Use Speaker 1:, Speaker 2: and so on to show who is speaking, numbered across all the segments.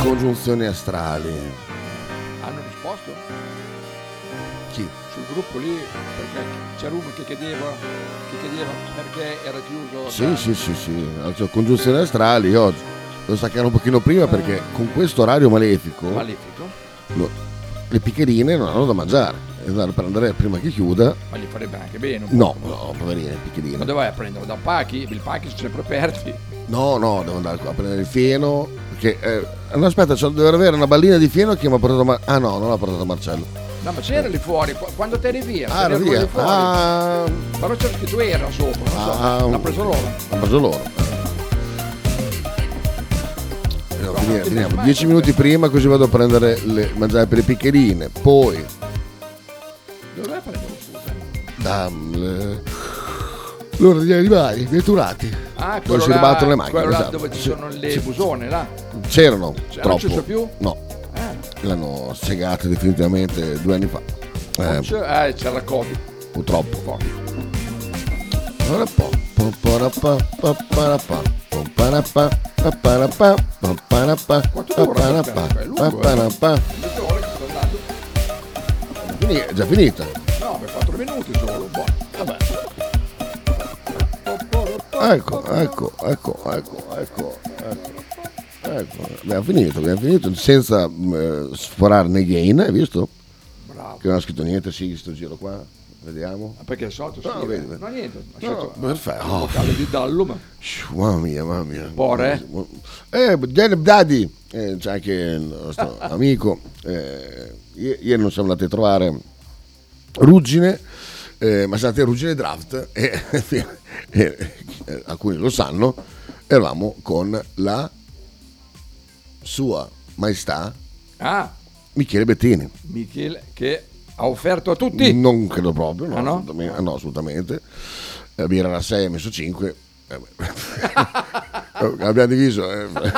Speaker 1: proiezioni astrali.
Speaker 2: Hanno risposto
Speaker 1: Chi?
Speaker 2: sul gruppo lì perché c'era uno che chiedeva, che chiedeva perché era chiuso.
Speaker 1: Sì, sì, sì, sì. Cioè, congiunzioni astrali, io lo staccherò un pochino prima perché con questo orario malefico
Speaker 2: Malefico.
Speaker 1: no, le piccherine non hanno da mangiare. E andare per andare prima che chiuda.
Speaker 2: Ma gli farebbe anche bene. un
Speaker 1: No,
Speaker 2: po'.
Speaker 1: no, poverine,
Speaker 2: Ma
Speaker 1: piccherine.
Speaker 2: dove vai a prenderlo? Da Pachi? Il Pachi sono sempre aperti.
Speaker 1: No, no, devo andare qua a prendere il fieno. Perché, eh, no, aspetta, cioè, dovrei avere una ballina di fieno che mi ha portato Mar- Ah no, non l'ha portato Marcello.
Speaker 2: No, ma c'era lì fuori, qu- quando te eri via.
Speaker 1: Ah,
Speaker 2: c'era
Speaker 1: era
Speaker 2: quello
Speaker 1: via.
Speaker 2: lì fuori.
Speaker 1: Ah,
Speaker 2: Però c'era scritto era sopra, non so.
Speaker 1: Ah.
Speaker 2: L'ha preso loro.
Speaker 1: ha preso loro. Eh, no, finiamo, finiamo. Dieci minuti prima così vado a prendere le mangiare per le piccherine. Poi
Speaker 2: Dove vai a prenderlo, scusa?
Speaker 1: Dam, le- L'ora degli animali, vetturati.
Speaker 2: Ah, quello
Speaker 1: Dove si
Speaker 2: là-
Speaker 1: ribattono le macchine.
Speaker 2: Quello là
Speaker 1: esatto.
Speaker 2: dove ci
Speaker 1: Sì.
Speaker 2: sono le busone, là.
Speaker 1: C'erano
Speaker 2: Cioè, non
Speaker 1: troppo.
Speaker 2: ci sono più?
Speaker 1: No,
Speaker 2: Ah,
Speaker 1: l'hanno segate definitivamente due anni fa. Eh,
Speaker 2: c'era, eh, c'era la Covid.
Speaker 1: purtroppo.
Speaker 2: Covid.
Speaker 1: Ora po- po- parapà, pa- parapà, po- parapà, pa- parapà, pa- parapà,
Speaker 2: Quanto
Speaker 1: pa-
Speaker 2: dura?
Speaker 1: parapà,
Speaker 2: Aspetta, è lungo,
Speaker 1: pa-
Speaker 2: eh.
Speaker 1: parapà.
Speaker 2: Due ore che sto andando.
Speaker 1: Quindi è già finita.
Speaker 2: No, per 4 minuti solo. Boh. Vabbè.
Speaker 1: Ecco, ecco, ecco, ecco, ecco, ecco. Ecco, abbiamo finito, abbiamo finito senza eh, sforare né gain, hai visto?
Speaker 2: Bravo.
Speaker 1: Che non ha scritto niente, sì, sto giro qua. Vediamo.
Speaker 2: Ma Perché il solito
Speaker 1: No,
Speaker 2: scrive.
Speaker 1: vedi, vedi.
Speaker 2: No, niente. ho
Speaker 1: No,
Speaker 2: lasciato
Speaker 1: perfetto.
Speaker 2: il
Speaker 1: Oh,
Speaker 2: vocale di Dallo, ma
Speaker 1: shh, mamma mia, mamma mia.
Speaker 2: Bore?
Speaker 1: Eh, Jeneb Daddy, eh, c'è anche il nostro amico. eh, i- ieri non siamo andati a trovare Ruggine, eh, ma siamo andati a Ruggine Draft e, e- e alcuni lo sanno, eravamo con la sua maestà
Speaker 2: Ah,
Speaker 1: Michele Bettini.
Speaker 2: Michele che ha offerto a tutti.
Speaker 1: Non credo proprio, no,
Speaker 2: Ah, no?
Speaker 1: assolutamente. ah, no, assolutamente. La birra era 6, ha messo 5. Abbiamo diviso. eh. Ma-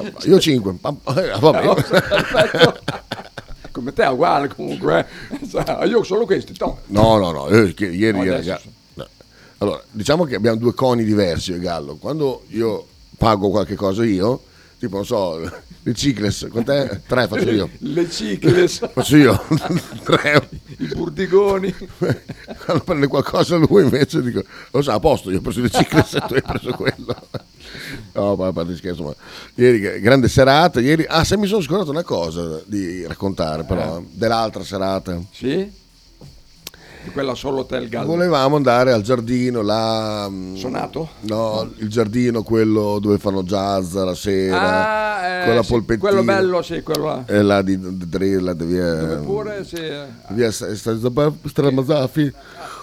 Speaker 1: eh, Io 5.
Speaker 2: Come te è uguale comunque. eh. Sa, Io solo questi. to.
Speaker 1: No, no, no. eh, che ieri
Speaker 2: No,
Speaker 1: era
Speaker 2: adesso
Speaker 1: Ga-
Speaker 2: sì.
Speaker 1: no. Allora, diciamo che abbiamo due coni diversi io e Gallo. Quando io pago qualche cosa io, tipo, non so, le cicles, con te tre faccio io.
Speaker 2: Le cicle, sa,
Speaker 1: Faccio io. tre.
Speaker 2: i burdigoni.
Speaker 1: quando prende qualcosa lui invece dico lo sa a posto io ho preso le ciclette e tu hai preso quello no ma a parte scherzo ma ieri che- grande serata ieri ah se mi sono scordato una cosa di
Speaker 2: Eh.
Speaker 1: raccontare però dell'altra serata
Speaker 2: Sì? Di quella solo te il gallo.
Speaker 1: volevamo andare al giardino là mh,
Speaker 2: Sonato?
Speaker 1: no il giardino quello dove fanno jazz la sera
Speaker 2: Ah, eh,
Speaker 1: con la
Speaker 2: sì,
Speaker 1: polpettina Eh,
Speaker 2: quello bello, sì, quello là.
Speaker 1: e là di di- di- là di via
Speaker 2: Oppure se,
Speaker 1: via Sta- Sta- Stramasaffi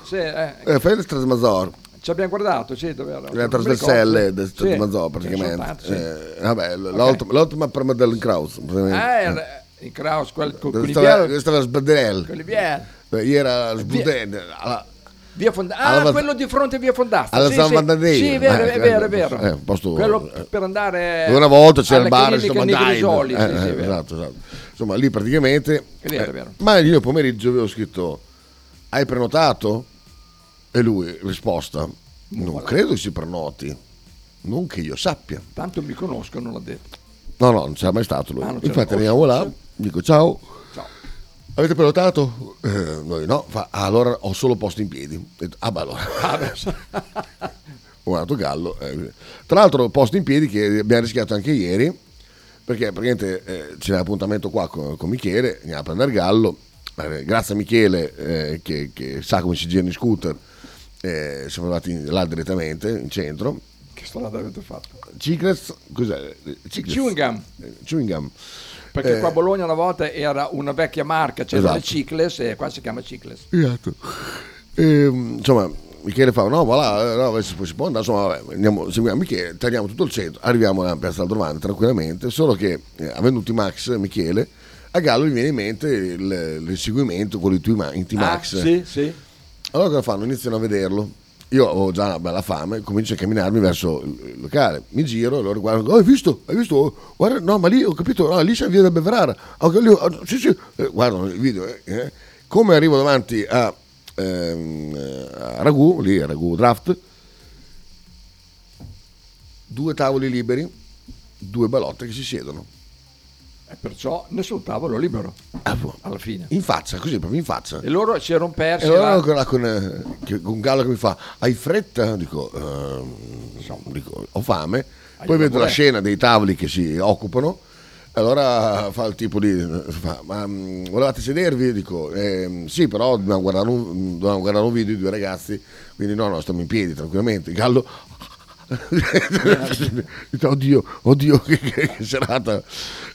Speaker 2: se, eh,
Speaker 1: eh, fai il Stramasor
Speaker 2: ci abbiamo guardato, sì, dove era?
Speaker 1: La
Speaker 2: Non mi
Speaker 1: trasverselle
Speaker 2: ricordo.
Speaker 1: del
Speaker 2: Sì,
Speaker 1: Stato Mazzò
Speaker 2: ce ne sono tante,
Speaker 1: praticamente.
Speaker 2: sì.
Speaker 1: Eh, vabbè, l- l'ottima- l'ottima per Madeleine Kraus. praticamente.
Speaker 2: Ah, era in Kraus, quel, con
Speaker 1: Eh, Dove
Speaker 2: con i
Speaker 1: Stava,
Speaker 2: biel-
Speaker 1: dove stava Sbaderel.
Speaker 2: con i biel.
Speaker 1: Ieri
Speaker 2: Eh,
Speaker 1: era Sbudene. alla-
Speaker 2: Via Fonda-
Speaker 1: Alla
Speaker 2: ah,
Speaker 1: Vas-
Speaker 2: quello di fronte a Via Fondazza.
Speaker 1: alla
Speaker 2: sì,
Speaker 1: San
Speaker 2: sì.
Speaker 1: Vandadeia.
Speaker 2: Sì, è vero,
Speaker 1: Eh,
Speaker 2: è vero, è
Speaker 1: eh,
Speaker 2: vero.
Speaker 1: un posto-
Speaker 2: quello
Speaker 1: eh.
Speaker 2: per andare
Speaker 1: dove una volta c'era il
Speaker 2: alla
Speaker 1: bar,
Speaker 2: clinica
Speaker 1: insomma,
Speaker 2: nei
Speaker 1: dai.
Speaker 2: Grisoli, sì,
Speaker 1: Eh,
Speaker 2: sì, è
Speaker 1: eh,
Speaker 2: vero.
Speaker 1: esatto, esatto. Insomma, lì praticamente.
Speaker 2: È vero, è
Speaker 1: eh,
Speaker 2: vero.
Speaker 1: ma io pomeriggio avevo scritto: Hai prenotato? E lui risposta: Non credo che si prenoti. Non che io sappia.
Speaker 2: Tanto mi conoscono, l'ha detto.
Speaker 1: No, no, non c'era mai stato lui.
Speaker 2: Ah, non c'era.
Speaker 1: Infatti, arriviamo là, dico ciao.
Speaker 2: Ciao.
Speaker 1: Avete prenotato? Eh, noi no, Fa, "Ah, allora ho solo posto in piedi. Ho detto, ah beh allora, ho dato gallo. eh. Tra l'altro posto in piedi che abbiamo rischiato anche ieri, perché praticamente eh, c'era appuntamento qua con, con Michele, andiamo a prendere gallo. Eh, grazie a Michele eh, che, che sa come si girano i scooter, eh, siamo andati là direttamente in centro.
Speaker 2: Che strada avete fatto?
Speaker 1: Ciclets, cos'è? Ciclets?
Speaker 2: Chewing gum.
Speaker 1: Eh, chewing gum.
Speaker 2: Perché
Speaker 1: Eh.
Speaker 2: qua a Bologna una volta era una vecchia marca, c'erano le
Speaker 1: Esatto.
Speaker 2: Cicles e qua si chiama Cicles.
Speaker 1: Esatto. Ehm, insomma, Michele fa, no, va là, eh, no, si, può, si può andare, insomma, vabbè, andiamo, seguiamo Michele, tagliamo tutto il centro, arriviamo a Piazza Aldrovante tranquillamente, solo che eh, avendo un T-Max Michele, a Gallo gli viene in mente il, l'inseguimento con i Eh. T-Ma- in T-Max.
Speaker 2: Ah, sì, sì.
Speaker 1: Allora cosa fanno? Iniziano a vederlo. Io avevo già una bella fame, comincio a camminarmi verso il il locale, mi giro e loro guardano, oh, hai visto? Hai visto? Oh, Guarda, no, ma lì ho capito, no, lì c'è via da Beverara. Ah, che lì- ah, sì, sì. Eh, guardano il video. eh, eh. Come arrivo davanti a, ehm, eh, a Ragù, lì a Ragù Draft, due tavoli liberi, due balotte che si siedono.
Speaker 2: E perciò nessun tavolo libero alla fine.
Speaker 1: Ah, boh. In faccia, così proprio in faccia.
Speaker 2: E loro si erano persi.
Speaker 1: E allora
Speaker 2: la-
Speaker 1: ancora con, eh, che- con Gallo che mi fa, hai fretta? Dico, "Ehm, dico, ho fame. Poi
Speaker 2: una
Speaker 1: vedo la
Speaker 2: boletta.
Speaker 1: scena dei tavoli che si occupano. Allora fa il tipo di... fa, ma mm, volevate sedervi? Dico, "Ehm, sì, però dobbiamo guardare, un, dobbiamo guardare un video di due ragazzi. Quindi no, no, stiamo in piedi tranquillamente. Gallo... Dico, oddio, oddio, che, che- che serata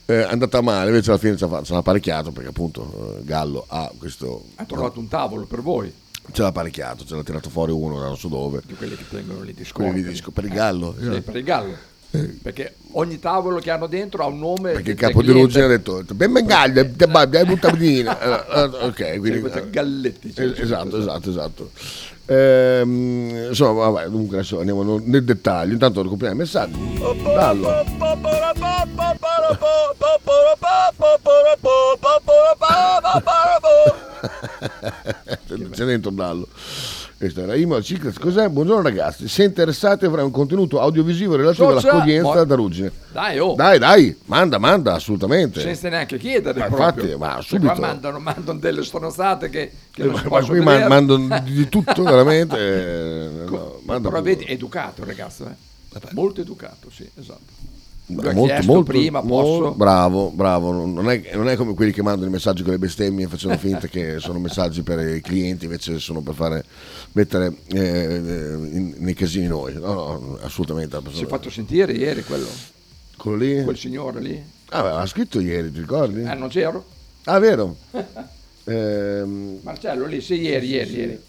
Speaker 1: eh, è andata male. Invece alla fine ci ha fa- ce l'ha apparecchiato perché appunto eh, Gallo ha questo...
Speaker 2: Ha trovato un tavolo per voi,
Speaker 1: Ce l'ha apparecchiato, ce l'ha tirato fuori uno da non so dove.
Speaker 2: di quelli che tengono lì di
Speaker 1: Quelli
Speaker 2: scorta.
Speaker 1: lì disco per esatto. il gallo.
Speaker 2: Sì, per il gallo. Perché ogni tavolo che hanno dentro ha un nome.
Speaker 1: Perché il
Speaker 2: del
Speaker 1: capo di
Speaker 2: cliente.
Speaker 1: Ruggine ha detto: Ben bengaglio, dai buttabdina. ah, Ok,
Speaker 2: Sì,
Speaker 1: quindi.
Speaker 2: questi galletti. cioè,
Speaker 1: eh, Esatto, esatto, esatto. Ehm, insomma, vabbè, dunque adesso andiamo no- nel dettaglio. Intanto recuperiamo i messaggi. Gallo. C'è dentro un ballo. Questo era Imo al Ciclas. Cos'è? Buongiorno ragazzi. Se interessati avrà un contenuto audiovisivo relativo
Speaker 2: Socia-
Speaker 1: all'accoglienza
Speaker 2: Mo-
Speaker 1: da Ruggine.
Speaker 2: Dai, oh,
Speaker 1: Dai, dai, manda, manda, assolutamente.
Speaker 2: senza neanche chiedere.
Speaker 1: Ma
Speaker 2: proprio.
Speaker 1: infatti, ma
Speaker 2: Cioè,
Speaker 1: subito. Eh,
Speaker 2: Qua mandano, mandano delle stronzate che, che non si
Speaker 1: Ma
Speaker 2: possono
Speaker 1: qui man-
Speaker 2: vedere.
Speaker 1: mandano di tutto, veramente. eh, no, manda
Speaker 2: Però
Speaker 1: pure.
Speaker 2: vedi, è educato il ragazzo, eh. molto educato, sì, esatto.
Speaker 1: Ma
Speaker 2: Lui ha chiesto prima, posso?
Speaker 1: bravo, bravo. Non non è, non è come quelli che mandano i messaggi con le bestemmie facendo finta che sono messaggi per i clienti, invece sono per fare mettere eh, eh, in- nei casini noi. No, no, assolutamente. la
Speaker 2: Si è
Speaker 1: persona-
Speaker 2: fatto sentire ieri quello,
Speaker 1: Quello lì?
Speaker 2: quel signore lì.
Speaker 1: Ah, beh, l'ha scritto ieri, ti ricordi?
Speaker 2: Ah, non c'ero?
Speaker 1: Ah, vero? Ehm,
Speaker 2: Marcello lì, sì, ieri, ieri, ieri.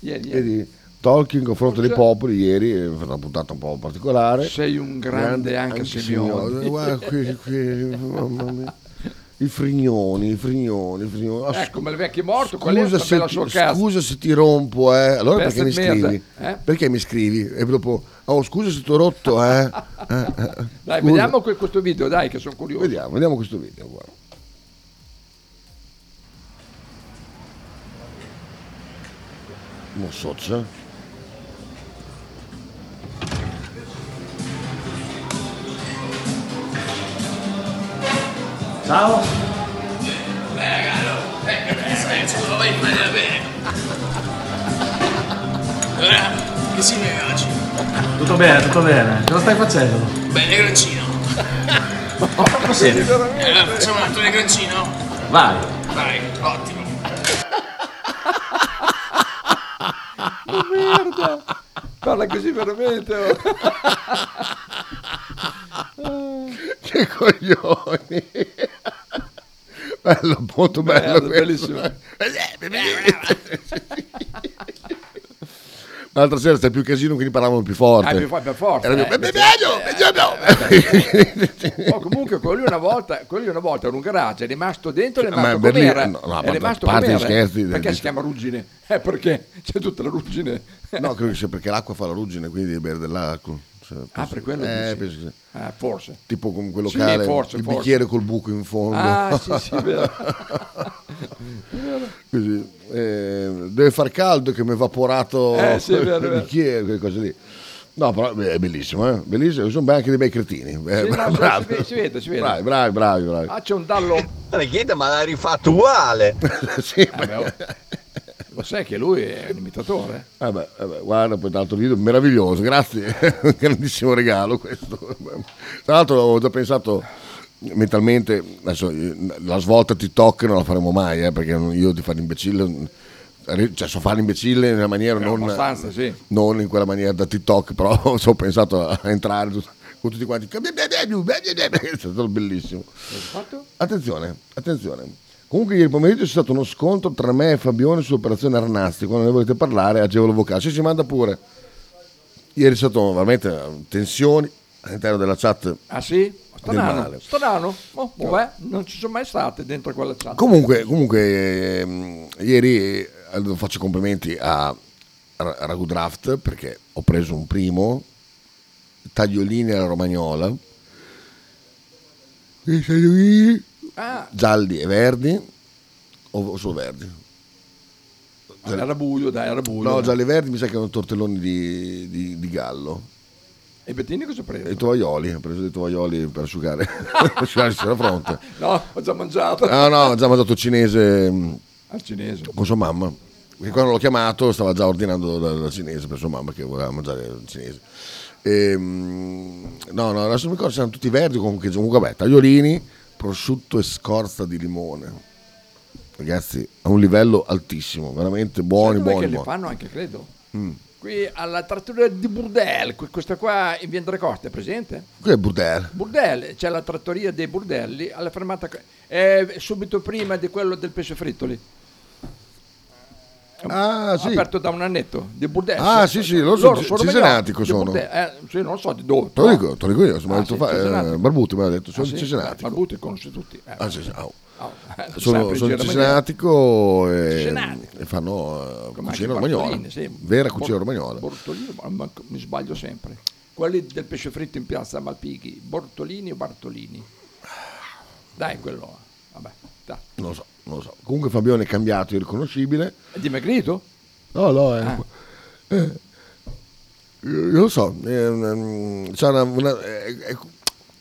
Speaker 2: Ieri, ieri.
Speaker 1: ieri, Tolkien, confronto dei
Speaker 2: Cioè-
Speaker 1: popoli, ieri, è stata una puntata un po' particolare.
Speaker 2: Sei un grande anche Simeone.
Speaker 1: eh, Simeone. Guarda qui, qui, mamma mia. I frignoni, i frignoni, i frignoni. Ah,
Speaker 2: Eh, come il vecchio morto, qual è
Speaker 1: scusa,
Speaker 2: stata
Speaker 1: se
Speaker 2: la
Speaker 1: ti,
Speaker 2: sua casa?
Speaker 1: scusa se ti rompo, eh. Allora
Speaker 2: Pezzo
Speaker 1: perché mi
Speaker 2: di merda,
Speaker 1: scrivi?
Speaker 2: eh?
Speaker 1: Perché mi scrivi? E dopo, oh scusa se ti ho rotto, eh. Eh, eh, eh. Scusa.
Speaker 2: Dai, vediamo que- questo video, dai, che sono curioso.
Speaker 1: Vediamo, vediamo questo video, guarda. Mo socia.
Speaker 3: Ciao,
Speaker 4: Eh, scusa, vai in maniera bene. Eh, Che si vede oggi?
Speaker 3: tutto bene, tutto bene. Cosa stai facendo?
Speaker 4: Bene, grancino. Allora, facciamo un altro di grancino?
Speaker 3: Vai.
Speaker 4: Vai, ottimo.
Speaker 2: Parla così veramente. oh.
Speaker 1: Che coglioni! Bello, molto bello.
Speaker 2: Bello,
Speaker 1: questo. Eh,
Speaker 2: bellissimo.
Speaker 1: L'altra sera c'è più casino, quindi parlavano più forte.
Speaker 2: Ah, più fa- per forza,
Speaker 1: Era più-
Speaker 2: eh,
Speaker 1: "Beh, beh,
Speaker 2: perché-
Speaker 1: meglio, meglio, meglio".
Speaker 2: Oh, comunque quello lì una volta, quello lì una volta era un garage, è rimasto dentro e è
Speaker 1: Cioè,
Speaker 2: rimasto
Speaker 1: ma Berlino-
Speaker 2: com'era.
Speaker 1: no, no, a
Speaker 2: è
Speaker 1: parte-
Speaker 2: rimasto
Speaker 1: a parte
Speaker 2: com'era.
Speaker 1: gli scherzi,
Speaker 2: Perché
Speaker 1: eh,
Speaker 2: si chiama ruggine? Eh, perché c'è tutta la ruggine.
Speaker 1: No, credo che sia perché l'acqua fa la ruggine, quindi devi bere dell'alcol. Cioè,
Speaker 2: Ah,
Speaker 1: penso-
Speaker 2: per quello
Speaker 1: eh,
Speaker 2: dici?
Speaker 1: penso che sia.
Speaker 2: Ah, forse.
Speaker 1: Tipo con quello
Speaker 2: Sì,
Speaker 1: locale,
Speaker 2: forse,
Speaker 1: il
Speaker 2: forse.
Speaker 1: bicchiere col buco in fondo.
Speaker 2: Ah, sì, sì, è vero.
Speaker 1: Così, eh, deve far caldo che mi ha evaporato
Speaker 2: Eh, sì, è vero, è
Speaker 1: il
Speaker 2: vero.
Speaker 1: bicchiere, quelle cose lì. No, però beh, è bellissimo, eh? bellissimo. Sono anche dei bei cretini. Eh,
Speaker 2: Sì, no,
Speaker 1: bravi.
Speaker 2: si vede- si vede, si vede.
Speaker 1: Bravi, bravi, bravi. bravi.
Speaker 2: Ah, c'è un dallo.
Speaker 5: Richiede, ma l'ha rifatto uguale.
Speaker 1: Sì,
Speaker 2: Eh, beh, oh. Lo sai che lui è un imitatore.
Speaker 1: vabbè, vabbè, guarda, poi tanto video meraviglioso, grazie. Un grandissimo regalo questo. Tra l'altro avevo già pensato mentalmente, adesso eh, la svolta TikTok non la faremo mai, eh, perché non- io di fare l'imbecille, cioè so fare l'imbecille in una maniera non...
Speaker 2: Eh, abbastanza, sì.
Speaker 1: non in quella maniera da TikTok, però ci ho pensato a entrare tut- con tutti quanti. È stato bellissimo.
Speaker 2: fatto?
Speaker 1: Attenzione, attenzione. Comunque ieri pomeriggio c'è stato uno scontro tra me e Fabione sull'operazione Arnazzi, quando ne volete parlare agevolo vocale, ci si manda pure. Ieri è stato veramente eh, tensioni all'interno della chat.
Speaker 2: Ah sì? Strano,
Speaker 1: male.
Speaker 2: strano. Oh, vabbè, non ci sono mai state dentro quella chat.
Speaker 1: Comunque, comunque ehm, ieri eh, faccio complimenti a Ra- Ragu Draft perché ho preso un primo tagliolini alla romagnola. I tagliolini
Speaker 2: Ah,
Speaker 1: gialli e verdi o, o solo verdi?
Speaker 2: era buio, dai, era buio.
Speaker 1: No, gialli e verdi mi sa che erano tortelloni di, di- di gallo.
Speaker 2: E Bettini cosa prende?
Speaker 1: I tovaglioli, ho preso dei tovaglioli per asciugare, per asciugarsi la fronte.
Speaker 2: No, ho già mangiato.
Speaker 1: No, no, ho già mangiato cinese mh,
Speaker 2: Al cinese.
Speaker 1: con sua mamma. Perché quando l'ho chiamato stava già ordinando dal cinese per sua mamma che voleva mangiare il cinese. E, mh, no, no, adesso mi ricordo, c'erano tutti verdi, comunque, comunque vabbè, tagliolini, prosciutto e scorza di limone. Ragazzi, a un livello altissimo, veramente buoni,
Speaker 2: Sai dov'è
Speaker 1: buoni, Mm.
Speaker 2: che le
Speaker 1: buoni.
Speaker 2: fanno anche, credo. Qui alla trattoria di Burdel, que- questa qua in Via Tre Coste, è presente?
Speaker 1: Che è Budel?
Speaker 2: Burdel, c'è la trattoria dei Burdelli alla fermata è subito prima di quello del pesce fritto lì.
Speaker 1: Ah, sì.
Speaker 2: Aperto da un annetto di Burdelli.
Speaker 1: Ah, sì, sì, loro sono ge- cesenatico
Speaker 2: di
Speaker 1: sono.
Speaker 2: Burdel. Eh, sì, non so di dove.
Speaker 1: Te lo
Speaker 2: però-
Speaker 1: dico, te lo dico io,
Speaker 2: Ah,
Speaker 1: insomma,
Speaker 2: sì,
Speaker 1: fa- eh,
Speaker 2: cesenatico.
Speaker 1: Barbuti me l'ha detto, sono
Speaker 2: Ah, sì?
Speaker 1: cesenatico.
Speaker 2: Barbuti conosce tutti. Eh,
Speaker 1: Ah, sì, sì, au.
Speaker 2: oh, eh,
Speaker 1: sono,
Speaker 2: sempre
Speaker 1: sono
Speaker 2: in giro,
Speaker 1: Cisenatico e,
Speaker 2: Cisenatico.
Speaker 1: e fanno eh,
Speaker 2: ma- ma anche
Speaker 1: cucina
Speaker 2: Bartolini,
Speaker 1: romagnola,
Speaker 2: sì.
Speaker 1: vera cucina
Speaker 2: Bor-
Speaker 1: romagnola.
Speaker 2: Bortolini, ma- ma- mi sbaglio sempre. Quelli del pesce fritto in piazza Malpighi, Bortolini o Bartolini? Dai, quello. Vabbè, dai.
Speaker 1: Non lo so, non lo so. Comunque Fabione è cambiato, irriconoscibile.
Speaker 2: È dimagrito?
Speaker 1: No, no, è...
Speaker 2: Ah.
Speaker 1: eh, io lo so, eh, mm, c'è una- una- eh, eh,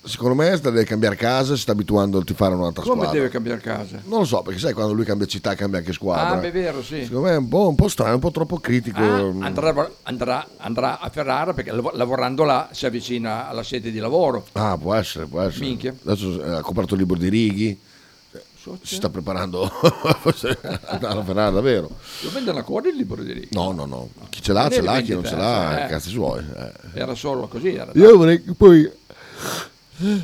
Speaker 1: secondo me sta- deve cambiare casa, si sta abituando a tifare un'altra
Speaker 2: Come
Speaker 1: squadra.
Speaker 2: deve cambiare casa?
Speaker 1: Non lo so, perché sai quando lui cambia città cambia anche squadra.
Speaker 2: Ah, beh, è vero, sì.
Speaker 1: Secondo me è un po', un po' strano, un po' troppo critico.
Speaker 2: Ah,
Speaker 1: Mm.
Speaker 2: andrà, andrà- andrà a Ferrara perché lav- lavorando là si avvicina alla sede di lavoro.
Speaker 1: Ah, può essere, può essere.
Speaker 2: Minchia.
Speaker 1: Adesso eh, ha comprato il libro di Righi, si sta preparando alla Ferrara davvero.
Speaker 2: Lo vendono ancora il libro di lì.
Speaker 1: No, no, no. Chi ce l'ha,
Speaker 2: Non
Speaker 1: ce
Speaker 2: devi
Speaker 1: l'ha, chi non ce l'ha,
Speaker 2: vendere, eh.
Speaker 1: cazzi suoi. eh.
Speaker 2: Era solo così. Era.
Speaker 1: Io vorrei poi,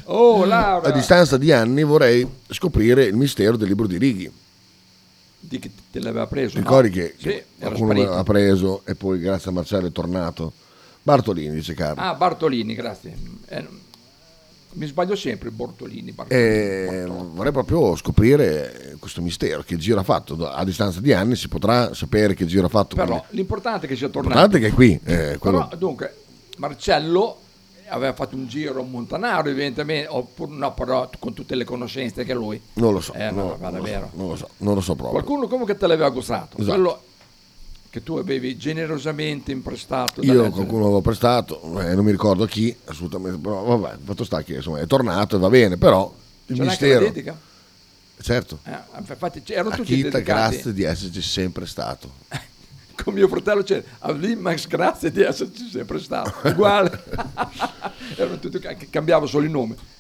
Speaker 2: Oh,
Speaker 1: a
Speaker 2: Laura!
Speaker 1: distanza Eh, di anni, vorrei scoprire il mistero del libro di Righi.
Speaker 2: Di che te l'aveva preso?
Speaker 1: Ti ricordi
Speaker 2: no?
Speaker 1: che,
Speaker 2: Sì,
Speaker 1: che
Speaker 2: era
Speaker 1: qualcuno
Speaker 2: sparito.
Speaker 1: l'ha preso e poi grazie a Marcello è tornato? Bartolini, dice Carlo.
Speaker 2: Ah, Bartolini, grazie. Eh, mi sbaglio sempre, Bortolini.
Speaker 1: Eh,
Speaker 2: Bartolini.
Speaker 1: E vorrei proprio scoprire questo mistero, che giro ha fatto. A distanza di anni si potrà sapere che giro ha fatto.
Speaker 2: Però
Speaker 1: quindi-
Speaker 2: l'importante è che sia tornato.
Speaker 1: Guardate che è qui. eh, quello-
Speaker 2: Però, dunque, Marcello aveva fatto un giro a Montanaro, evidentemente, oppure no, però con tutte le conoscenze che lui.
Speaker 1: Non lo so.
Speaker 2: Eh,
Speaker 1: non,
Speaker 2: no,
Speaker 1: non
Speaker 2: guarda,
Speaker 1: lo
Speaker 2: vero.
Speaker 1: so non lo so, non lo so proprio.
Speaker 2: Qualcuno comunque te l'aveva gustato.
Speaker 1: Esatto.
Speaker 2: Quello che tu avevi generosamente imprestato. da
Speaker 1: Io
Speaker 2: leggere.
Speaker 1: qualcuno l'avevo prestato, eh, non mi ricordo a chi, assolutamente, però vabbè, fatto sta che insomma, è tornato e va bene, però il
Speaker 2: C'era anche la
Speaker 1: mistero...
Speaker 2: dedica?
Speaker 1: Certo,
Speaker 2: Eh, infatti, c- erano tutti
Speaker 1: Akita,
Speaker 2: dedicati.
Speaker 1: grazie di esserci sempre stato.
Speaker 2: Con mio fratello c'era a lì Max, grazie di esserci sempre stato. Uguale. erano tutti, ca- cambiavo solo il nome.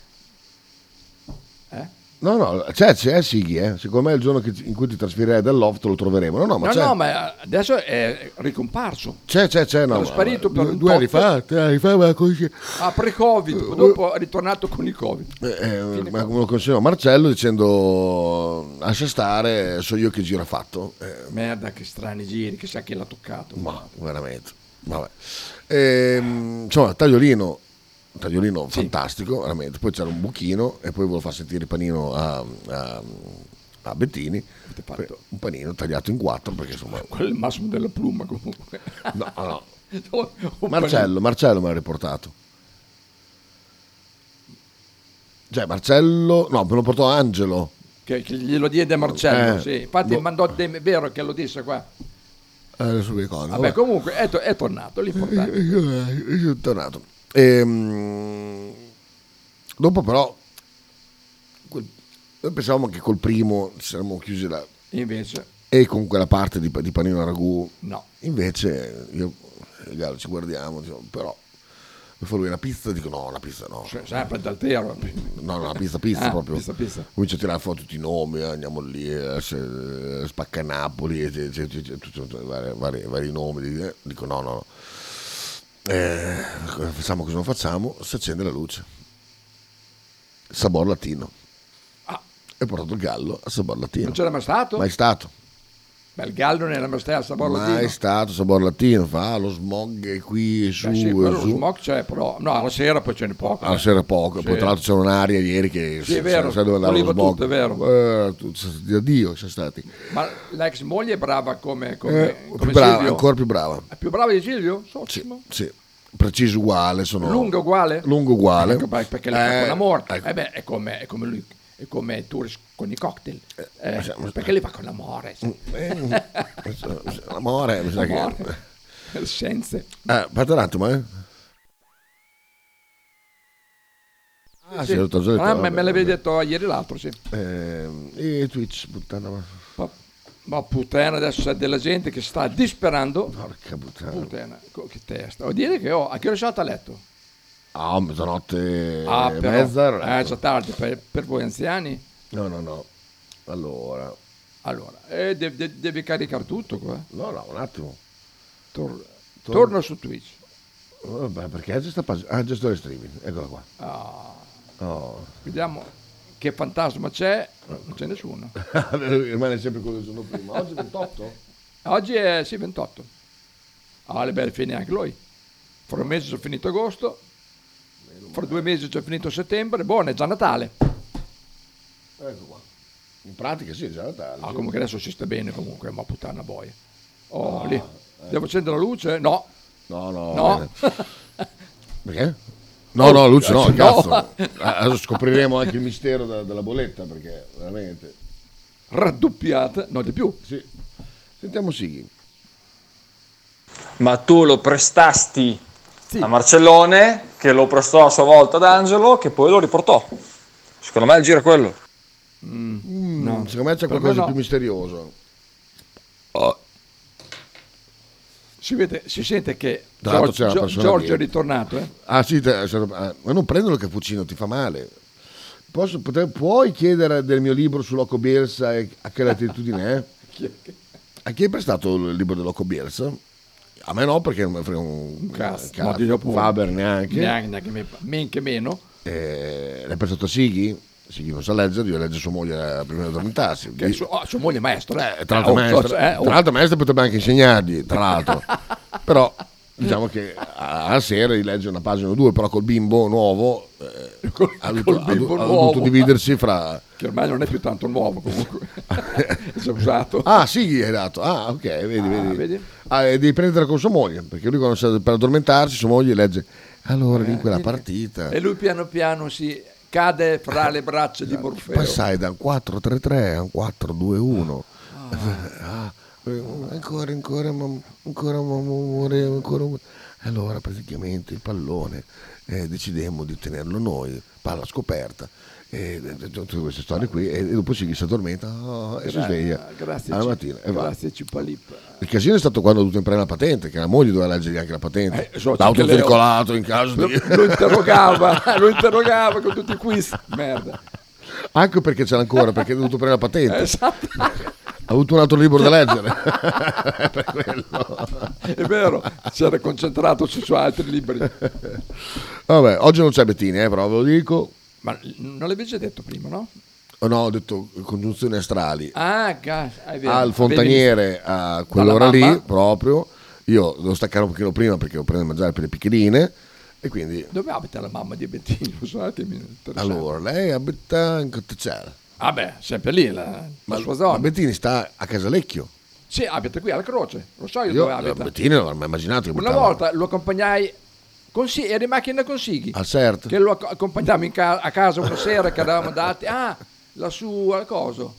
Speaker 1: No, no, c'è, c'è Sighi, eh. secondo me il giorno che- in cui ti trasferirai dal loft lo troveremo. No, no, ma certo.
Speaker 2: no,
Speaker 1: c'è,
Speaker 2: no, ma eh, adesso è ricomparso.
Speaker 1: c'è, c'è, c'è, no.
Speaker 2: Era
Speaker 1: ma-
Speaker 2: sparito per
Speaker 1: due,
Speaker 2: un
Speaker 1: due anni
Speaker 2: tot.
Speaker 1: fa, tre anni fa, ma così...
Speaker 2: Ah,
Speaker 1: Uh,
Speaker 2: pre-Covid, dopo è ritornato con il Covid.
Speaker 1: Eh, eh, ma come lo consigliava Marcello dicendo lascia stare, so io che giro ha fatto. Eh,
Speaker 2: Merda, che strani giri, chissà chi l'ha toccato.
Speaker 1: Ma veramente. Vabbè. Ehm, insomma, tagliolino, tagliolino fantastico, veramente. Poi c'era un buchino e poi volevo far sentire il panino a, a- a Bettini.
Speaker 2: fatto?
Speaker 1: Un panino tagliato in quattro perché insomma...
Speaker 2: Quello è il massimo della pluma comunque. Oh,
Speaker 1: No, no.
Speaker 2: O- o
Speaker 1: Marcello, Marcello me l'ha riportato. Cioè, Marcello... No, me lo portò Angelo.
Speaker 2: Che, che glielo diede Marcello,
Speaker 1: Eh,
Speaker 2: sì. Infatti
Speaker 1: boh.
Speaker 2: mandò de- è vero che lo disse qua.
Speaker 1: Eh, Adesso mi ricordo.
Speaker 2: Vabbè, comunque è, to- è tornato, l'importante.
Speaker 1: Io, Eh, io sono tornato. Ehm, dopo però, quel- noi pensavamo che col primo ci saremmo chiusi là
Speaker 2: Invece,
Speaker 1: e con quella parte di, di panino a ragù.
Speaker 2: no.
Speaker 1: Invece io e Gallo ci guardiamo, diciamo, però mi fa lui una pizza, dico no, una pizza no.
Speaker 2: Cioè, sempre d'altero.
Speaker 1: No, no, una pizza pizza
Speaker 2: Ah,
Speaker 1: proprio.
Speaker 2: pizza, pizza.
Speaker 1: Comincia a tirare fuori tutti i nomi, eh, andiamo lì, eh, se- spacca Napoli, eh, c'è- c'è- c'è- c'è tutto- tutto- vari, vari- vari nomi. di- eh, Dico no, no, no. Eh, cosa facciamo cosa non facciamo, si accende la luce. Sabor latino.
Speaker 2: Ah. Certo.
Speaker 1: E portato il gallo a sabor latino.
Speaker 2: Non c'era mai stato?
Speaker 1: Mai stato.
Speaker 2: Ma il Gallo non era mai stato a Eh Sabor
Speaker 1: Mai
Speaker 2: Latino.
Speaker 1: stato sabor latino. Fa ah, lo smog è qui e su
Speaker 2: Beh, sì,
Speaker 1: e
Speaker 2: quello lo
Speaker 1: su.
Speaker 2: smog c'è, però... No, alla sera poi ce n'è poco.
Speaker 1: Alla sera Ah, poco, poi
Speaker 2: Sì.
Speaker 1: tra l'altro c'era un'aria ieri che
Speaker 2: Sì, è vero,
Speaker 1: dove andava lo
Speaker 2: voleva
Speaker 1: smog. Eh,
Speaker 2: tutto, è
Speaker 1: vero. addio, siamo stati.
Speaker 2: Ma l'ex moglie è brava come, come,
Speaker 1: Eh, più
Speaker 2: come
Speaker 1: brava,
Speaker 2: Silvio?
Speaker 1: ancora più brava.
Speaker 2: È più brava di Silvio? So,
Speaker 1: Sì, sì. Preciso uguale, sono
Speaker 2: Lunga uguale?
Speaker 1: lungo uguale.
Speaker 2: Ecco, beh, perché lei fa
Speaker 1: Eh,
Speaker 2: con l'amore.
Speaker 1: ecco,
Speaker 2: Eh beh, è come, è come lui, è come Turis con i cocktail. Eh,
Speaker 1: ma siamo- Mm,
Speaker 2: perché lei fa con l'amore.
Speaker 1: eh, l'amore, mi sa che...
Speaker 2: L'amore. Scienze.
Speaker 1: Eh, aspetta un attimo, eh. Ah,
Speaker 2: Sì.
Speaker 1: sì, l'ho già detto,
Speaker 2: Ah, me,
Speaker 1: vabbè.
Speaker 2: me l'avevi detto ieri l'altro, sì.
Speaker 1: Ehm, e Twitch, puttana, ma-
Speaker 2: Pa- Ma puttana adesso c'è della gente che sta disperando.
Speaker 1: porca puttana.
Speaker 2: Puttana, co- che testa. Vuol dire che ho, a che ora siete a letto?
Speaker 1: Ah, mezzanotte
Speaker 2: Ah,
Speaker 1: e
Speaker 2: però-
Speaker 1: mezza. ero
Speaker 2: eh, è
Speaker 1: letto.
Speaker 2: già tardi per, per voi anziani.
Speaker 1: No, no, no. Allora,
Speaker 2: Allora, eh, de- de- devi caricare tutto qua.
Speaker 1: no, no, un attimo.
Speaker 2: Tor- torno su Twitch.
Speaker 1: Vabbè, perché c'è sta pag- Ah, gestore streaming, eccola qua. Oh.
Speaker 2: Vediamo che fantasma c'è. Non c'è nessuno.
Speaker 1: Rimane sempre quello del giorno prima. Oggi 28?
Speaker 2: Oggi è sì, 28. Ah, le belle fine anche lui. Fra un mese c'è finito agosto, fra due mesi c'è finito settembre, buono, è già Natale.
Speaker 1: Ecco qua. In pratica sì, è già Natale.
Speaker 2: Ah,
Speaker 1: sì.
Speaker 2: comunque adesso si sta bene comunque, ma puttana boia. Oh, lì. Devo accendere la luce? No.
Speaker 1: No, no.
Speaker 2: No.
Speaker 1: bene. Perché? No, no, Luce no,
Speaker 2: no.
Speaker 1: cazzo. Ah, Adesso scopriremo anche il mistero della, della bolletta, perché veramente...
Speaker 2: Raddoppiata, no di più.
Speaker 1: Sì. Sentiamo Sighi.
Speaker 6: ma tu lo prestasti a Marcellone, che lo prestò a sua volta ad Angelo, che poi lo riportò. Secondo me il giro è quello.
Speaker 1: Mm,
Speaker 2: No.
Speaker 1: Secondo me c'è
Speaker 2: Per me
Speaker 1: qualcosa di
Speaker 2: no.
Speaker 1: più misterioso.
Speaker 2: Si, vede, si sente che
Speaker 1: Tra l'altro
Speaker 2: Gior-
Speaker 1: c'è una
Speaker 2: Gio-
Speaker 1: persona
Speaker 2: Giorgio è
Speaker 1: lì.
Speaker 2: ritornato. eh.
Speaker 1: Ah sì, te- se- ah, ma non prendere il cappuccino, ti fa male. Posso- potre- puoi chiedere del mio libro su Loco Bielsa e a che latitudine è? A chi hai prestato il libro del Loco Bielsa? A me no, perché non me frega un,
Speaker 2: cazzo,
Speaker 1: cazzo.
Speaker 2: ma di dopo-
Speaker 1: Faber neanche.
Speaker 2: Neanche, neanche me- men che meno.
Speaker 1: Eh, l'hai prestato a Sighi? Sighi non sa leggere, io legge sua moglie prima di addormentarsi.
Speaker 2: Che sua, oh, sua moglie è maestra.
Speaker 1: Eh, tra l'altro,
Speaker 2: Oh,
Speaker 1: maestra,
Speaker 2: eh, oh.
Speaker 1: tra l'altro maestra potrebbe anche insegnargli, tra l'altro. però diciamo che a- alla sera gli legge una pagina o due, però col bimbo nuovo eh, ha dovuto,
Speaker 2: col bimbo
Speaker 1: ha dovuto
Speaker 2: nuovo.
Speaker 1: dividersi fra...
Speaker 2: che ormai non è più tanto nuovo comunque. si è usato.
Speaker 1: Ah sì, gli hai dato. Ah ok, vedi, vedi.
Speaker 2: vedi?
Speaker 1: Ah, e devi prendere con sua moglie, perché lui quando sa- per addormentarsi sua moglie legge...
Speaker 2: Eh,
Speaker 1: Allora, in quella partita...
Speaker 2: E lui piano piano si cade fra le braccia
Speaker 1: Esatto.
Speaker 2: di Morfeo.
Speaker 1: Passai da un 4-3-3 a un 4-2-1. Ah, eh, ancora, ancora, ma- ancora, ma- amore, ancora. Allora praticamente il pallone eh, decidemmo di tenerlo noi, palla scoperta. E, e- e tutte queste storie qui e, e dopo si si addormenta oh, e si
Speaker 2: Gra-
Speaker 1: sveglia
Speaker 2: Grazie,
Speaker 1: alla
Speaker 2: Ci-
Speaker 1: mattina e eh, va.
Speaker 2: grazie Cipalip.
Speaker 1: il casino è stato quando ho dovuto imparare la patente che la moglie doveva leggergli anche la patente
Speaker 2: Eh, so, c'è
Speaker 1: l'auto
Speaker 2: anche Leo.
Speaker 1: circolato in caso
Speaker 2: Lo,
Speaker 1: di...
Speaker 2: lo interrogava, lo interrogava con tutti i quiz. Merda.
Speaker 1: anche perché c'era ancora perché ho dovuto prendere la patente
Speaker 2: Esatto,
Speaker 1: Ha avuto un altro libro da leggere. per quello.
Speaker 2: è vero, si era concentrato su, su altri libri.
Speaker 1: Vabbè, oggi non c'è Bettini, eh, però ve lo dico.
Speaker 2: Ma l- non l'avevi già detto prima, no?
Speaker 1: Oh, no, ho detto congiunzioni astrali.
Speaker 2: Ah, gas, è vero.
Speaker 1: Al fontaniere a quell'ora
Speaker 2: Dalla mamma?
Speaker 1: lì, proprio. Io devo staccare un pochino prima perché ho preso da mangiare per le piccherine. E quindi...
Speaker 2: Dove abita la mamma di Bettino? Scusatemi, è interessante.
Speaker 1: Allora, lei abita in Cotticella.
Speaker 2: Vabbè, sempre lì, la, la sua
Speaker 1: Ma
Speaker 2: zona.
Speaker 1: Bettini sta a Casalecchio.
Speaker 2: Sì, abita qui alla croce, lo so io,
Speaker 1: Io eh,
Speaker 2: dove abita.
Speaker 1: Bettini non l'avrei mai immaginato. che
Speaker 2: Una
Speaker 1: abitava
Speaker 2: volta lo accompagnai, con Si- ero in macchina con Sighi,
Speaker 1: A Sert.
Speaker 2: che lo acco- accompagnammo in ca- a casa una sera che eravamo andati, ah, lassù al coso,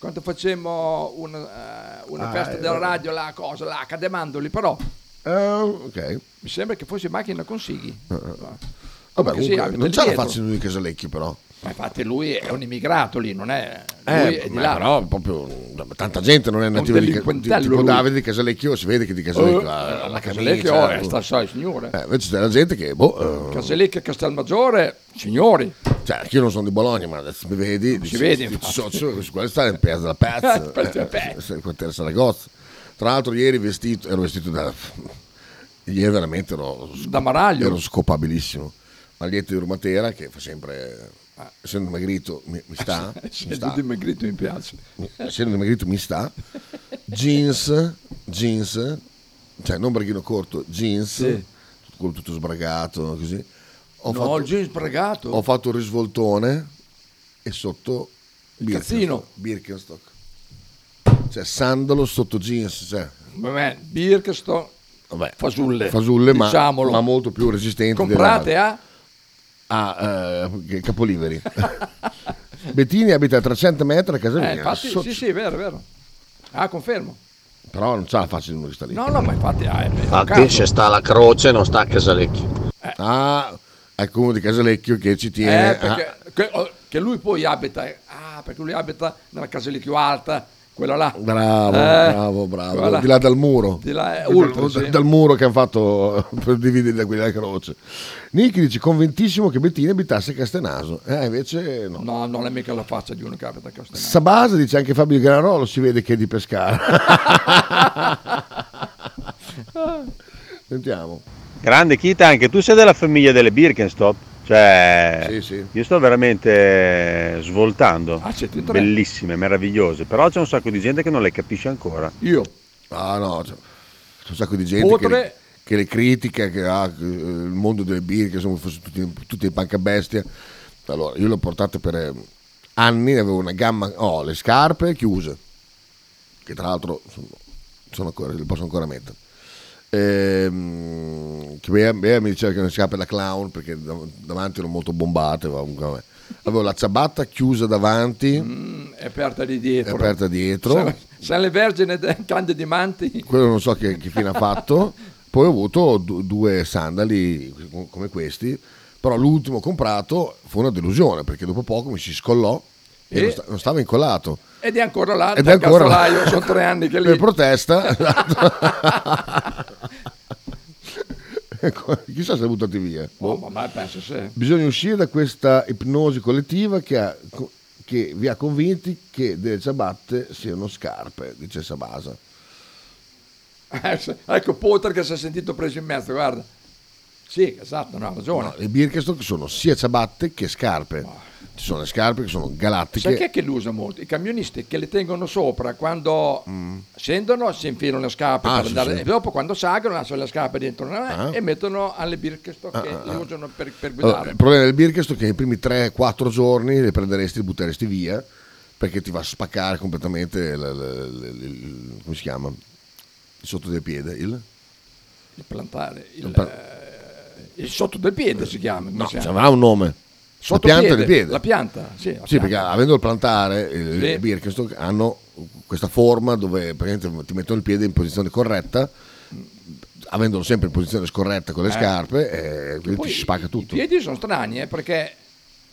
Speaker 2: quando facemmo una, eh, una
Speaker 1: Ah,
Speaker 2: festa
Speaker 1: eh.
Speaker 2: della radio, la cosa, là, Cademandoli, però
Speaker 1: Ah, ok.
Speaker 2: mi sembra che fosse in macchina con Sighi.
Speaker 1: Eh, Vabbè,
Speaker 2: Comunque sì,
Speaker 1: comunque,
Speaker 2: abita
Speaker 1: non
Speaker 2: lì
Speaker 1: c'è la
Speaker 2: dietro.
Speaker 1: faccia di lui Casalecchio, però.
Speaker 2: Ma infatti lui è un immigrato lì, non è... Lui
Speaker 1: Eh,
Speaker 2: è di
Speaker 1: ma
Speaker 2: là.
Speaker 1: però proprio tanta gente non è nativa di
Speaker 2: delinquentello
Speaker 1: Casalecchio. Tipo
Speaker 2: lui.
Speaker 1: Davide di Casalecchio, si vede che di Casalecchio
Speaker 2: Eh,
Speaker 1: ha ha la
Speaker 2: Casalecchio,
Speaker 1: camicia.
Speaker 2: eh, sta, sai, signore.
Speaker 1: Eh, invece c'è la gente che, boh, eh,
Speaker 2: Casalecchio e Castelmaggiore, signori,
Speaker 1: cioè, io non sono di Bologna, ma adesso mi vedi, dici,
Speaker 2: vede,
Speaker 1: dici,
Speaker 2: infatti.
Speaker 1: socio, questo qua sta in Piazza della Pazza,
Speaker 2: Piazza della
Speaker 1: eh,
Speaker 2: Pazza.
Speaker 1: il quartiere Saragozza. Tra l'altro ieri vestito, ero vestito da... Ieri veramente ero,
Speaker 2: da Maraglio.
Speaker 1: ero scopabilissimo. Maglietto di Rumatera che fa sempre...
Speaker 2: Ah.
Speaker 1: Essendo dimagrito mi, mi sta, mi
Speaker 2: Sei
Speaker 1: sta.
Speaker 2: tutto immigrito mi piace.
Speaker 1: essendo dimagrito mi sta jeans jeans cioè non braghino corto jeans
Speaker 2: Sì.
Speaker 1: tutto, quello tutto sbragato così ho,
Speaker 2: No, il
Speaker 1: fatto,
Speaker 2: jeans pregato.
Speaker 1: ho fatto il risvoltone e sotto
Speaker 2: cazzino.
Speaker 1: Birkenstock, Birkenstock cioè sandalo sotto jeans cioè
Speaker 2: Vabbè, Birkenstock,
Speaker 1: vabbè
Speaker 2: fasulle.
Speaker 1: fasulle ma,
Speaker 2: Eh, diciamolo.
Speaker 1: ma molto più resistenti
Speaker 2: Comprate eh.
Speaker 1: della-
Speaker 2: a...
Speaker 1: a eh, Capoliveri Bettini abita a 300 metri a casa
Speaker 2: Eh,
Speaker 1: mia
Speaker 2: infatti,
Speaker 1: so-
Speaker 2: sì, sì, è vero, è vero. Ah, confermo.
Speaker 1: però non c'ha la faccia di uno che sta lì
Speaker 2: No, no, ma infatti... Ah, è- è un
Speaker 5: A te
Speaker 2: caso.
Speaker 5: se sta la croce non sta a Casalecchio.
Speaker 1: Ah, al comune di Casalecchio che ci tiene ah,
Speaker 2: Eh,
Speaker 1: a-
Speaker 2: perché, che, oh, che lui poi abita, eh, ah, perché lui abita nella Casalecchio alta, quella là.
Speaker 1: Bravo,
Speaker 2: Eh,
Speaker 1: bravo, bravo.
Speaker 2: quella là.
Speaker 1: Di là dal muro.
Speaker 2: Di là, eh,
Speaker 1: Dal-
Speaker 2: oltre,
Speaker 1: dal,
Speaker 2: sì.
Speaker 1: dal muro che hanno fatto per dividere da quella croce. Nick dice conventissimo che Bettina abitasse Castenaso. Eh, invece no.
Speaker 2: No, non è mica la faccia di uno che abita a Castellano.
Speaker 1: Sabasa dice anche Fabio Granarolo, si vede che è di Pescara. Sentiamo.
Speaker 7: Grande Kita, anche tu sei della famiglia delle Birkenstock? Cioè,
Speaker 1: Sì, sì.
Speaker 7: io sto veramente svoltando.
Speaker 2: Ah, siete in tre.
Speaker 7: Bellissime, meravigliose, però c'è un sacco di gente che non le capisce ancora.
Speaker 2: Io,
Speaker 1: Ah no, c'è c'è un sacco di gente
Speaker 2: Oltre-
Speaker 1: che le, che le critica, che ha eh, il mondo delle birre, che sono fossero tutti, tutti in panca bestia. Allora, io le ho portate per eh, anni, avevo una gamma, ho le scarpe chiuse, che tra l'altro sono, sono ancora, le posso ancora mettere. Ehm, che Bea, Bea mi diceva che non si apre da clown perché dav- davanti erano molto bombate. ma comunque vabbè. Avevo la ciabatta chiusa davanti
Speaker 2: mm, è aperta lì
Speaker 1: e
Speaker 2: dietro.
Speaker 1: aperta dietro.
Speaker 2: Sono le vergini del grande diamanti.
Speaker 1: quello non so che, che fine ha fatto. Poi ho avuto du- due sandali co- come questi, però l'ultimo comprato fu una delusione perché dopo poco mi si scollò e,
Speaker 2: E?
Speaker 1: non, sta- non stava incollato.
Speaker 2: Ed è ancora là,
Speaker 1: Ed
Speaker 2: Ed
Speaker 1: è ancora là.
Speaker 2: sono tre anni che lì.
Speaker 1: Per protesta, esatto. chissà se l'ha buttati via.
Speaker 2: Oh, ma- ma penso se.
Speaker 1: Bisogna uscire da questa ipnosi collettiva che, ha- co- che vi ha convinti che delle ciabatte siano scarpe, dice Sabasa.
Speaker 2: Eh, se- Ecco Potter che si è sentito preso in mezzo, guarda. Sì, esatto, no, ha ragione.
Speaker 1: No, le Birkenstock sono sia ciabatte che scarpe. Ci sono le scarpe che sono galattiche.
Speaker 2: Sai chi è che le usa molto? I camionisti che le tengono sopra quando scendono si infilano le scarpe
Speaker 1: Mm. Ah,
Speaker 2: per
Speaker 1: sì,
Speaker 2: andare,
Speaker 1: sì.
Speaker 2: e dopo quando salgono lasciano le scarpe dentro eh,
Speaker 1: Ah.
Speaker 2: e mettono alle Birkenstock che le usano per, per
Speaker 1: Allora,
Speaker 2: guidare.
Speaker 1: il problema del Birkenstock è che nei primi 3-4 giorni le prenderesti e le butteresti via perché ti va a spaccare completamente il, il- il- il- come si chiama? Il sotto del piede, il
Speaker 2: il plantare, il,
Speaker 1: per-
Speaker 2: eh, il sotto del piede si chiama. come
Speaker 1: No,
Speaker 2: si chiama?
Speaker 1: avrà un nome.
Speaker 2: Sotto
Speaker 1: la pianta del piede.
Speaker 2: La pianta, sì. la
Speaker 1: Ah, Sì,
Speaker 2: pianta.
Speaker 1: perché avendo il plantare, eh,
Speaker 2: Sì.
Speaker 1: le Birkenstock hanno questa forma dove praticamente ti mettono il piede in posizione corretta, avendolo sempre in posizione scorretta con le scarpe, eh, quindi
Speaker 2: Eh. Poi
Speaker 1: ti si spacca tutto.
Speaker 2: I piedi sono strani, eh, perché...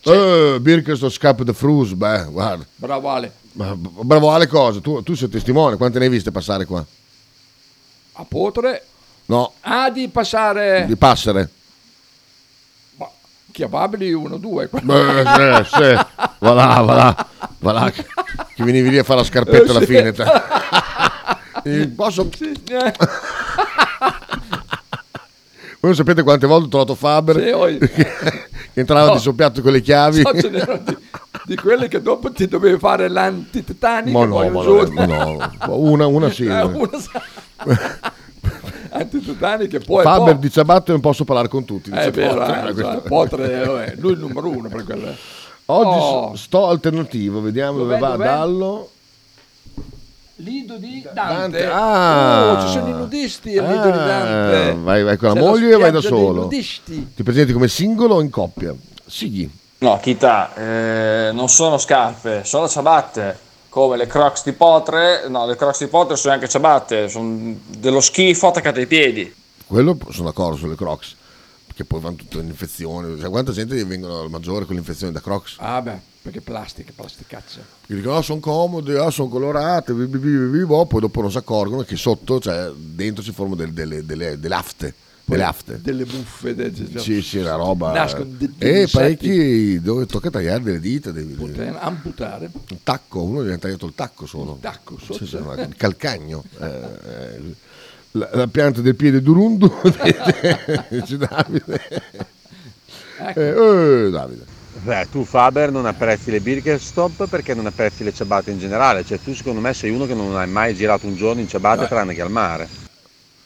Speaker 1: Eh, Birkenstock scappa da Frus, beh, guarda.
Speaker 2: Bravo Ale.
Speaker 1: Ma- Bravo Ale cosa, tu, tu sei testimone, quante ne hai viste passare qua?
Speaker 2: A Potre...
Speaker 1: No,
Speaker 2: Ah, di passare...
Speaker 1: di passere.
Speaker 2: Ma, chiamabili 1-2.
Speaker 1: Beh, sì, sì. Va là, va là, va là, che, che venivi lì a fare la scarpetta alla fine. te. Eh, Posso, voi non sapete quante volte ho trovato Faber
Speaker 2: Sì, oi.
Speaker 1: che entrava
Speaker 2: No.
Speaker 1: di soppiatto con le chiavi.
Speaker 2: So, ce n'erano di, di quelle che dopo ti dovevi fare l'antititanico.
Speaker 1: Ma no,
Speaker 2: poi
Speaker 1: ma
Speaker 2: giù-
Speaker 1: no, ma no. Una, una sì.
Speaker 2: Eh, una sa- antititanico e poi...
Speaker 1: Faber
Speaker 2: poi-
Speaker 1: di ciabatte non posso parlare con tutti.
Speaker 2: Eh,
Speaker 1: dice
Speaker 2: È vero,
Speaker 1: Potter.
Speaker 2: eh,
Speaker 1: Questo-
Speaker 2: cioè, Potre, vabbè, lui è il numero uno per quelle...
Speaker 1: Oggi
Speaker 2: Oh.
Speaker 1: so- sto alternativo, vediamo dove
Speaker 2: Dov'è,
Speaker 1: va
Speaker 2: dov'è?
Speaker 1: Dallo.
Speaker 2: Lido di Dante.
Speaker 1: Dante. Ah.
Speaker 2: Oh, ci sono i nudisti al Lido di
Speaker 1: Ah,
Speaker 2: Dante.
Speaker 1: vai- vai con la
Speaker 2: C'è
Speaker 1: moglie o vai da
Speaker 2: spiaggia dei
Speaker 1: solo?
Speaker 2: nudisti.
Speaker 1: Ti presenti come singolo o in coppia? Sighi.
Speaker 6: No, Kita, eh, non sono scarpe, sono ciabatte. Come le Crocs di Potre, no, le Crocs di Potre sono anche ciabatte, sono dello schifo attaccate ai piedi.
Speaker 1: Quello p- sono d'accordo sulle Crocs, perché poi vanno tutte in infezione. Sai Cioè, quanta gente vengono al maggiore con l'infezione da Crocs?
Speaker 2: Ah beh, perché plastica, plasticaccia.
Speaker 1: Che dicono, oh, sono comode, oh, sono colorate, bi- bi- bi- bi- boh", poi dopo non si accorgono che sotto, cioè dentro si formano del- delle, delle, delle afte. Delle afte.
Speaker 2: Delle buffe. de- de-
Speaker 1: Sì, sì, la roba.
Speaker 2: Esatto. Nascono de- degli
Speaker 1: e
Speaker 2: insetti.
Speaker 1: parecchi dove tocca tagliare delle dita, devi-
Speaker 2: Potevano Amputare.
Speaker 1: un tacco, uno gli ha tagliato il tacco solo.
Speaker 2: tacco sotto.
Speaker 1: Sì, sì, ma il calcagno. eh, eh, la, la pianta del piede d'Urundu, dice- dice Davide.
Speaker 2: Ecco.
Speaker 1: Eh, eh, Davide.
Speaker 7: Beh, tu Faber non apprezzi le Birkenstock perché non apprezzi le ciabatte in generale, cioè tu secondo me sei uno che non hai mai girato un giorno in ciabatte tranne che al mare.
Speaker 2: Dunque,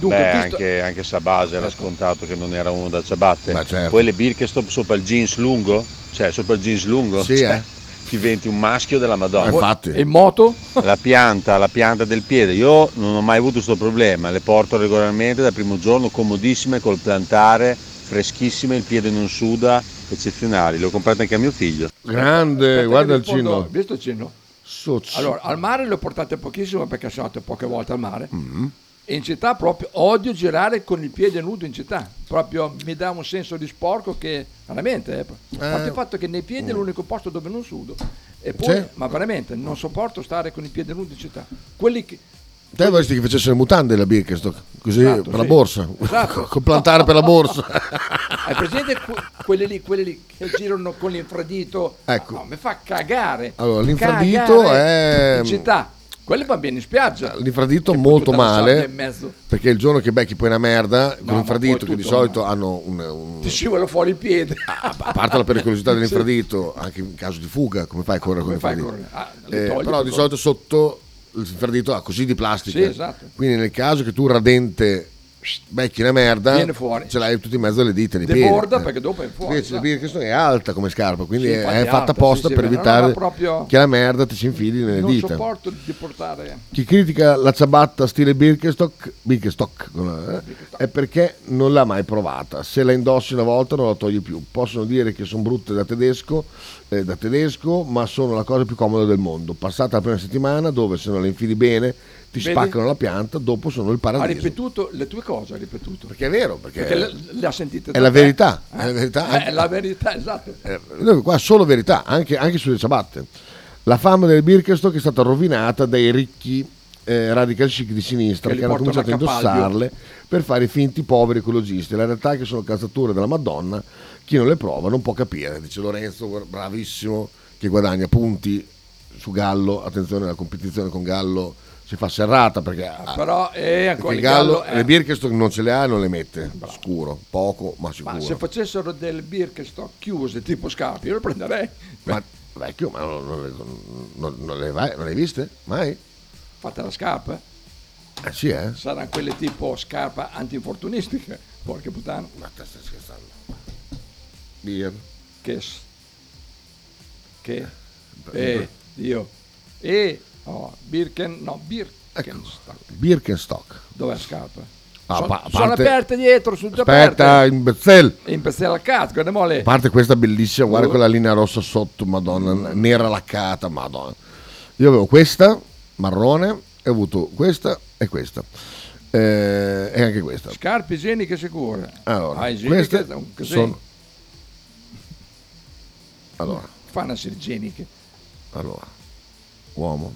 Speaker 7: Beh,
Speaker 2: tu sta-
Speaker 7: anche, anche Sabase era scontato che non era uno da ciabatte.
Speaker 1: Ma Ecco. certo.
Speaker 7: Poi le Birkenstock sopra il jeans lungo, cioè sopra il jeans lungo,
Speaker 1: Sì,
Speaker 7: cioè,
Speaker 1: eh.
Speaker 7: diventi un maschio della
Speaker 1: Ma
Speaker 7: Madonna.
Speaker 1: Eh, infatti,
Speaker 2: E in moto?
Speaker 1: Eh,
Speaker 7: La pianta, la pianta del piede, io non ho mai avuto questo problema, le porto regolarmente dal primo giorno, comodissime col plantare, freschissime, il piede non suda, eccezionali, le ho comprate anche a mio figlio.
Speaker 1: grande,
Speaker 2: Aspetta
Speaker 1: guarda
Speaker 2: che
Speaker 1: il
Speaker 2: rispondo.
Speaker 1: cinno.
Speaker 2: Visto il cinno?
Speaker 1: Socio. Mm-hmm.
Speaker 2: Allora, al mare le ho portate pochissimo perché sono andato poche volte al mare. E in città proprio odio girare con il piede nudo in città, proprio mi dà un senso di sporco che veramente, eh, a parte il fatto che nei piedi è l'unico posto dove non sudo, e poi,
Speaker 1: Mm. Sì.
Speaker 2: ma veramente non sopporto stare con il piede nudo in città. Quelli che,
Speaker 1: Te vorresti che facesse le mutande la Birkenstock, così
Speaker 2: Esatto,
Speaker 1: per la
Speaker 2: sì.
Speaker 1: borsa,
Speaker 2: Esatto.
Speaker 1: con plantare per la borsa.
Speaker 2: Hai presente que- quelle lì, quelle lì che girano con l'infradito?
Speaker 1: Ecco.
Speaker 2: No, mi fa cagare.
Speaker 1: Allora, l'infradito
Speaker 2: Cagare
Speaker 1: è-
Speaker 2: In città. Quelli va bene in spiaggia.
Speaker 1: L'infradito
Speaker 2: E poi
Speaker 1: molto
Speaker 2: tutta la sabbia
Speaker 1: male,
Speaker 2: in mezzo.
Speaker 1: perché il giorno che becchi poi una merda, con
Speaker 2: ma
Speaker 1: l'infradito
Speaker 2: poi
Speaker 1: che di
Speaker 2: tutto,
Speaker 1: solito hanno un- un,
Speaker 2: Ti scivola fuori il piede.
Speaker 1: a parte la pericolosità dell'infradito, anche in caso di fuga, come fai a correre con
Speaker 2: Come fai a
Speaker 1: l'infradito?
Speaker 2: correre? Ah, lo
Speaker 1: Eh,
Speaker 2: togli,
Speaker 1: però
Speaker 2: lo
Speaker 1: di
Speaker 2: togli.
Speaker 1: solito sotto l'infradito ha così di plastica.
Speaker 2: Sì, esatto.
Speaker 1: Quindi nel caso che tu radente becchi la merda,
Speaker 2: Viene fuori.
Speaker 1: ce l'hai tutti in mezzo alle dita, nei piedi.
Speaker 2: Deborda
Speaker 1: Eh.
Speaker 2: perché dopo è fuori.
Speaker 1: Invece la
Speaker 2: esatto.
Speaker 1: Birkenstock è alta come scarpa, quindi
Speaker 2: Sì,
Speaker 1: è
Speaker 2: infatti
Speaker 1: è
Speaker 2: è
Speaker 1: fatta
Speaker 2: alta,
Speaker 1: apposta
Speaker 2: sì, sì,
Speaker 1: per
Speaker 2: ma non
Speaker 1: evitare
Speaker 2: va proprio-
Speaker 1: che la merda ti si infili nelle
Speaker 2: Non
Speaker 1: dita.
Speaker 2: sopporto di portare.
Speaker 1: Chi critica la ciabatta stile Birkenstock, Birkenstock eh, è perché non l'ha mai provata. Se la indossi una volta non la togli più. Possono dire che sono brutte da tedesco, eh, da tedesco, ma sono la cosa più comoda del mondo. Passata la prima settimana dove se non le infili bene ti
Speaker 2: Vedi?
Speaker 1: spaccano la pianta, dopo sono il
Speaker 2: Ha
Speaker 1: paradiso.
Speaker 2: ripetuto le tue cose, ha ripetuto.
Speaker 1: Perché è vero, perché,
Speaker 2: Perché le, le ha sentite
Speaker 1: è
Speaker 2: da
Speaker 1: la
Speaker 2: te.
Speaker 1: verità. È la verità.
Speaker 2: Eh, È la verità, esatto.
Speaker 1: Eh, noi qua solo verità, anche, anche sulle ciabatte. La fama del Birkenstock è stata rovinata dai ricchi eh, radical chic di sinistra
Speaker 2: Che
Speaker 1: che,
Speaker 2: li
Speaker 1: hanno
Speaker 2: portano
Speaker 1: cominciato a
Speaker 2: a Capalbio.
Speaker 1: indossarle per fare i finti poveri ecologisti. La realtà è che sono calzature della Madonna, chi non le prova non può capire, dice Lorenzo, guarda, bravissimo, che guadagna punti su Gallo, attenzione la competizione con Gallo si fa serrata perché,
Speaker 2: Però è
Speaker 1: Ah. perché
Speaker 2: ancora il
Speaker 1: Gallo,
Speaker 2: gallo. eh,
Speaker 1: le Birkenstock non ce le ha e non le mette, scuro, poco ma sicuro.
Speaker 2: ma se facessero del Birkenstock chiuse tipo scarpe, io lo prenderei.
Speaker 1: Ma vecchio, ma non, non le, non- non le vai- non le hai viste? Mai?
Speaker 2: Fatta la scarpa,
Speaker 1: Ah sì, eh?
Speaker 2: saranno quelle tipo scarpa antinfortunistica, porca puttana,
Speaker 1: Ma te stai scherzando. Beer.
Speaker 2: che... s- che... eh, Dio, e... oh, Birken, no,
Speaker 1: Ecco.
Speaker 2: Birkenstock,
Speaker 1: Birkenstock.
Speaker 2: dov'è la scarpa?
Speaker 1: Ah,
Speaker 2: Sono-
Speaker 1: pa- a
Speaker 2: Sono
Speaker 1: parte-
Speaker 2: aperte dietro, sono già
Speaker 1: Aspetta,
Speaker 2: aperte.
Speaker 1: imbezzel!
Speaker 2: E impezzare al cazzo, guarda mole.
Speaker 1: A parte questa bellissima, guarda
Speaker 2: Oh.
Speaker 1: quella linea rossa sotto, madonna,
Speaker 2: Mm.
Speaker 1: nera laccata, madonna. Io avevo questa, marrone, e ho avuto questa e questa. Eh, e anche questa.
Speaker 2: Scarpe igieniche sicure.
Speaker 1: Allora,
Speaker 2: Ah, igieniche,
Speaker 1: queste
Speaker 2: un casino.
Speaker 1: sono... Allora,
Speaker 2: Fanno essere igieniche.
Speaker 1: allora. Uomo,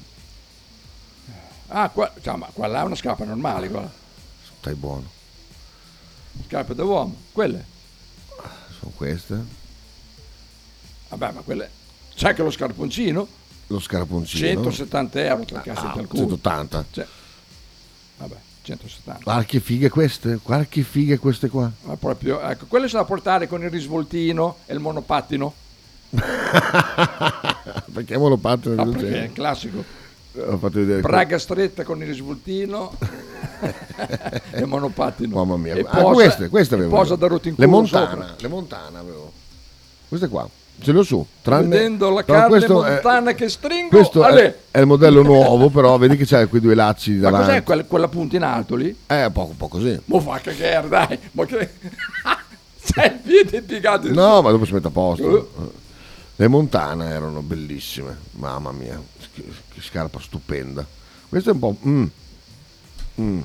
Speaker 2: Ah, qua, cioè, ma qua là è una scarpa normale, qua.
Speaker 1: stai buono.
Speaker 2: Scarpe da uomo, quelle.
Speaker 1: Sono queste.
Speaker 2: Vabbè, ma quelle... C'è anche lo scarponcino,
Speaker 1: Lo scarponcino.
Speaker 2: 170 euro tra cassa
Speaker 1: Ah,
Speaker 2: e il culo.
Speaker 1: 180.
Speaker 2: Cioè, vabbè, 170.
Speaker 1: Guarda che fighe queste, guarda che fighe queste qua.
Speaker 2: Ma proprio, ecco, quelle sono da portare con il risvoltino e il monopattino.
Speaker 1: Perché me lo parte
Speaker 2: Ah, perché è il classico.
Speaker 1: Ho fatto vedere.
Speaker 2: Braga stretta con il risvoltino e il monopattino.
Speaker 1: Mamma mia.
Speaker 2: E
Speaker 1: Ah,
Speaker 2: posa-
Speaker 1: queste, queste avevo.
Speaker 2: Posa
Speaker 1: io.
Speaker 2: da rotto in
Speaker 1: le
Speaker 2: culo
Speaker 1: montana,
Speaker 2: sopra.
Speaker 1: le montana avevo. Queste qua. Ce le ho su, tranne
Speaker 2: Vedendo la
Speaker 1: però
Speaker 2: carne
Speaker 1: questo è-
Speaker 2: montana che stringo.
Speaker 1: questo
Speaker 2: Ale.
Speaker 1: è, è il modello nuovo, però vedi che c'è quei due lacci
Speaker 2: Ma cos'è
Speaker 1: davanti.
Speaker 2: quel- quella punta in alto lì?
Speaker 1: Eh, un po', un po' così.
Speaker 2: Mo fa cagare, dai, ma che... C'è il piede piegato in
Speaker 1: No, ma dopo si mette a posto.
Speaker 2: Eh.
Speaker 1: Le montana erano bellissime, mamma mia, che, che scarpa stupenda. Questa è un po'... mm. Mm.